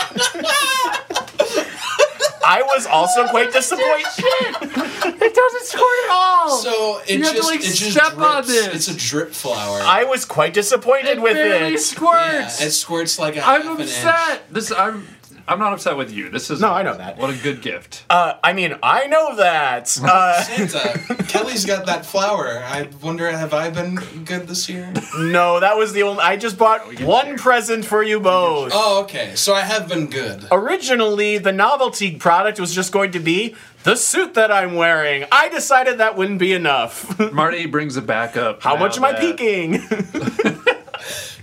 Speaker 3: I was also quite disappointed.
Speaker 2: *laughs* it doesn't squirt at all.
Speaker 4: So it
Speaker 2: You
Speaker 4: just
Speaker 2: have to, like,
Speaker 4: it just
Speaker 2: step on
Speaker 4: drips.
Speaker 2: this.
Speaker 4: It's a drip flower.
Speaker 3: I was quite disappointed with
Speaker 2: barely
Speaker 3: it.
Speaker 4: yeah, it
Speaker 2: squirts.
Speaker 4: squirts like a
Speaker 2: I'm
Speaker 4: half an inch.
Speaker 2: upset. This I'm. I'm not upset with you. This is
Speaker 3: No, I know that.
Speaker 2: What a good gift.
Speaker 3: Uh, I mean, I know
Speaker 2: *laughs*
Speaker 3: that. Uh,
Speaker 4: Santa, Kelly's got that flower. I wonder, have I been good this year?
Speaker 3: No, that was the only. I just
Speaker 2: Oh,
Speaker 3: bought one present for you both.
Speaker 4: Oh, okay. So I have been good.
Speaker 3: Originally, the novelty product was just going to be the suit that I'm wearing. I decided that wouldn't be enough. *laughs*
Speaker 2: Marty brings it back up.
Speaker 3: How
Speaker 2: now
Speaker 3: much am I
Speaker 2: that-
Speaker 3: peeking?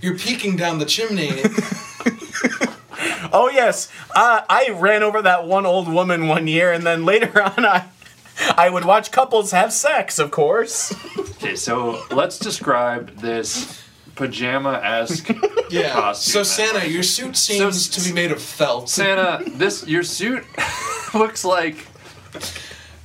Speaker 3: *laughs*
Speaker 4: You're peeking down
Speaker 2: *laughs*
Speaker 4: the chimney.
Speaker 3: oh yes, uh, I ran over that one old woman one year, and then later *laughs* on, I I would watch couples have sex. Of course, *laughs*
Speaker 2: Okay, so let's describe this
Speaker 3: *laughs*
Speaker 2: pajama-esque
Speaker 4: Yeah.
Speaker 2: Costume,
Speaker 4: so Santa, your suit seems
Speaker 2: Oh, So-
Speaker 4: to be made of felt.
Speaker 2: Santa. This your suit *laughs* looks like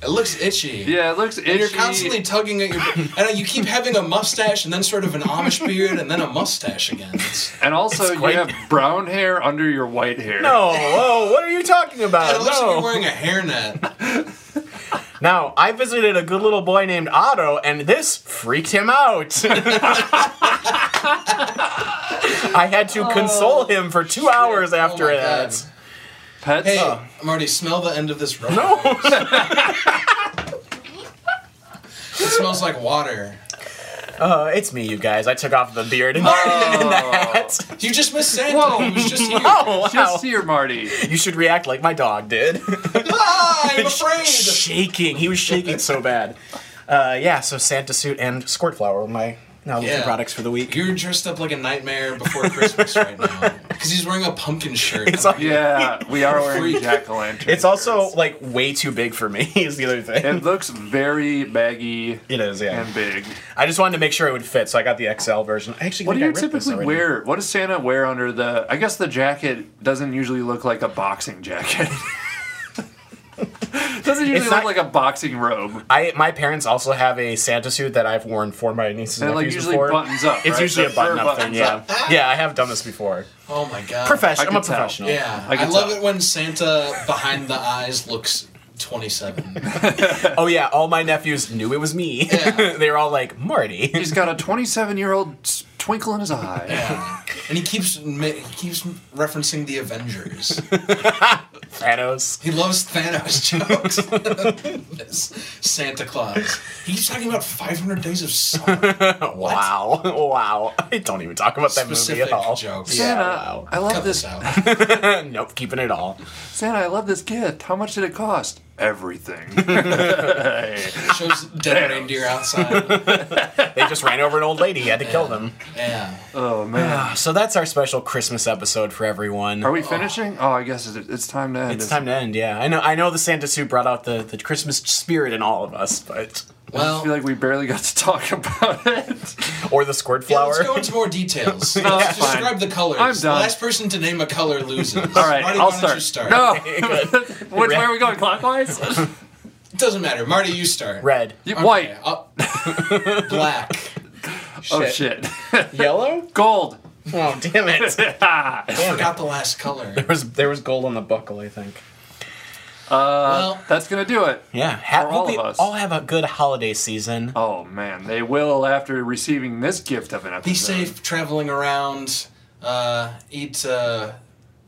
Speaker 4: It looks itchy.
Speaker 2: yeah, it looks itchy.
Speaker 4: And you're constantly tugging at your, and you keep having a mustache, and then sort of an Amish beard, and then a mustache again. It's,
Speaker 2: and also you
Speaker 3: quite-
Speaker 2: have brown hair under your white hair.
Speaker 3: No, whoa, what are you talking
Speaker 4: it
Speaker 3: about?
Speaker 4: looks like you're
Speaker 3: No.
Speaker 4: wearing a
Speaker 2: *laughs*
Speaker 4: hairnet. Oh
Speaker 3: Now, I visited a good little boy named Otto, and this freaked him out. *laughs* I had to console him for two hours after
Speaker 4: Oh. my
Speaker 3: that.
Speaker 4: God.
Speaker 2: pets.
Speaker 4: Hey, Marty, smell the end of this rubber. *laughs* it smells like water.
Speaker 3: Uh, it's me, you guys. I took off the beard and, *laughs* and the hat.
Speaker 4: You Oh. just missed Santa.
Speaker 2: Whoa.
Speaker 4: He was just here.
Speaker 3: Oh, wow.
Speaker 2: Just here, Marty.
Speaker 3: You should react like my dog
Speaker 4: *laughs*
Speaker 3: did.
Speaker 4: Ah,
Speaker 2: *laughs*
Speaker 4: I'm afraid.
Speaker 3: shaking. He was shaking so bad. Uh, yeah, so Santa suit and squirt flower were my now
Speaker 4: Yeah.
Speaker 3: products for the week.
Speaker 4: You're dressed up like a nightmare before Christmas
Speaker 2: *laughs*
Speaker 4: right now. Because he's wearing a pumpkin shirt.
Speaker 3: It's, al-
Speaker 2: Yeah, we are wearing jack o' lanterns.
Speaker 3: it's also like way too big for me. *laughs* Is the other thing.
Speaker 2: It looks very baggy
Speaker 3: it is, yeah.
Speaker 2: and big.
Speaker 3: I just wanted to make sure it would fit, so I got the XL version. I actually,
Speaker 2: What do
Speaker 3: think I
Speaker 2: you
Speaker 3: ripped this
Speaker 2: typically
Speaker 3: already.
Speaker 2: wear? What does Santa wear under the? I guess the jacket doesn't usually look like a boxing jacket. *laughs* doesn't usually
Speaker 3: not-
Speaker 2: look like a boxing robe.
Speaker 3: I my parents also have a Santa suit that I've worn for my nieces and
Speaker 2: And it, like
Speaker 3: nephews
Speaker 2: usually
Speaker 3: before.
Speaker 2: buttons up.
Speaker 3: it's
Speaker 2: right?
Speaker 3: usually
Speaker 2: The
Speaker 3: a button
Speaker 2: fur
Speaker 3: up thing,
Speaker 2: buttons
Speaker 3: yeah.
Speaker 2: up.
Speaker 3: Yeah, I have done this before.
Speaker 4: oh my god.
Speaker 3: Profession.
Speaker 2: I
Speaker 3: I'm a
Speaker 2: can tell.
Speaker 3: professional.
Speaker 4: Yeah.
Speaker 2: I
Speaker 4: I,
Speaker 2: can
Speaker 4: love
Speaker 2: tell.
Speaker 4: it when Santa behind the eyes looks 27.
Speaker 2: *laughs*
Speaker 3: Oh yeah, all my nephews knew it was me.
Speaker 4: Yeah.
Speaker 3: *laughs* they were all like, Marty.
Speaker 2: He's got a 27 year old s- twinkle in his
Speaker 3: *laughs*
Speaker 2: eye.
Speaker 4: Yeah. And he keeps ma- he keeps referencing the Avengers.
Speaker 3: Thanos.
Speaker 4: He loves Thanos *laughs* jokes. Yes. Santa Claus. He's talking about 500 Days of Summer.
Speaker 3: Wow. Wow. I don't even talk about that
Speaker 4: Specific
Speaker 3: movie at all.
Speaker 4: jokes.
Speaker 3: Yeah,
Speaker 2: Santa,
Speaker 3: wow.
Speaker 2: I love
Speaker 4: Cut
Speaker 2: this.
Speaker 4: this
Speaker 3: *laughs*
Speaker 4: out.
Speaker 3: nope, keeping it all.
Speaker 2: Santa, I love this gift. How much did it cost? Everything.
Speaker 4: Shows dead reindeer outside.
Speaker 3: They just ran over an old lady, had to kill them.
Speaker 4: Yeah.
Speaker 2: oh man.
Speaker 3: So that's our special Christmas episode for
Speaker 2: *laughs*
Speaker 3: everyone.
Speaker 2: Are we finishing? Oh, I guess it- it's time to end.
Speaker 3: It's time to end, yeah. I know I know the Santa suit brought out the, the Christmas spirit in all of us, but
Speaker 2: I feel
Speaker 4: Well,
Speaker 2: like we barely got to talk *laughs* about it.
Speaker 3: or the squirt
Speaker 4: yeah,
Speaker 3: flower.
Speaker 4: let's go into more
Speaker 2: *laughs*
Speaker 4: details.
Speaker 2: that's
Speaker 4: let's
Speaker 2: fine.
Speaker 4: describe the colors.
Speaker 2: I'm done.
Speaker 4: The last person to name a color loses.
Speaker 2: *laughs* All right,
Speaker 4: Marty,
Speaker 2: I'll
Speaker 4: why don't
Speaker 2: start.
Speaker 4: you start?
Speaker 2: No,
Speaker 3: *laughs*
Speaker 2: *laughs*
Speaker 3: Good.
Speaker 2: which way are we going?
Speaker 3: *laughs*
Speaker 2: Clockwise?
Speaker 4: It doesn't matter. Marty, you start.
Speaker 3: *laughs* Red.
Speaker 2: You-
Speaker 4: Okay,
Speaker 2: *laughs*
Speaker 3: Oh,
Speaker 2: White. *laughs*
Speaker 4: I'll- black.
Speaker 2: Oh shit. *laughs*
Speaker 3: Yellow?
Speaker 2: Gold.
Speaker 3: *laughs* Oh damn *laughs* it.
Speaker 4: Forgot the last color.
Speaker 3: There was there was gold on the buckle, I think.
Speaker 2: Uh,
Speaker 4: well,
Speaker 2: That's gonna do it.
Speaker 3: Yeah. Ha-
Speaker 2: For
Speaker 3: hope
Speaker 2: all
Speaker 3: we
Speaker 2: of us.
Speaker 3: all have a good holiday season.
Speaker 2: Oh man, they will after receiving this gift of an episode.
Speaker 4: be safe traveling around. Uh, eat uh,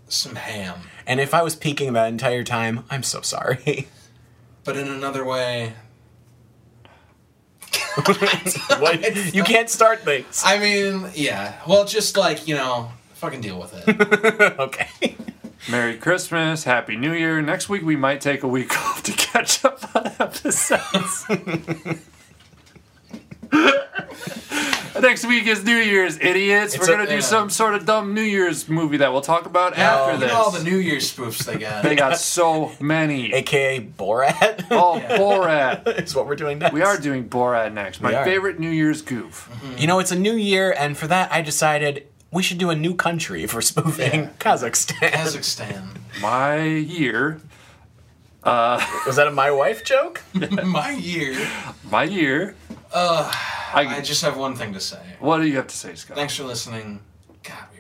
Speaker 4: some ham.
Speaker 3: And if I was peeking that entire time, I'm so sorry. *laughs*
Speaker 4: But in another way,
Speaker 3: what? You can't start *laughs* things.
Speaker 4: I mean, yeah. Well, just like, you know, fucking deal with it.
Speaker 3: *laughs* Okay.
Speaker 2: Merry Christmas, Happy New Year. Next week we might take a week *laughs* off to catch up on episodes. *laughs* Next week is New Year's, idiots.
Speaker 3: It's
Speaker 2: We're
Speaker 3: a-
Speaker 2: gonna do
Speaker 4: yeah.
Speaker 2: some sort of dumb New Year's movie that we'll talk about *laughs*
Speaker 4: Oh,
Speaker 2: after
Speaker 4: you
Speaker 2: this.
Speaker 4: know all the New Year spoofs they got.
Speaker 2: they got so many.
Speaker 3: AKA Borat *laughs*
Speaker 2: Oh, Borat.
Speaker 3: is what we're doing next.
Speaker 2: We are doing Borat next.
Speaker 3: We
Speaker 2: My
Speaker 3: are.
Speaker 2: favorite New Year's goof.
Speaker 3: You know, it's a new year, and for that, I decided we should do a new country for spoofing Kazakhstan.
Speaker 4: Kazakhstan.
Speaker 2: My year,
Speaker 3: *laughs* Was that a my wife joke?
Speaker 4: *laughs* My year.
Speaker 2: my year. Uh,
Speaker 4: I just have one thing to say.
Speaker 2: what do you have to say, Scott?
Speaker 4: Thanks for listening. God, we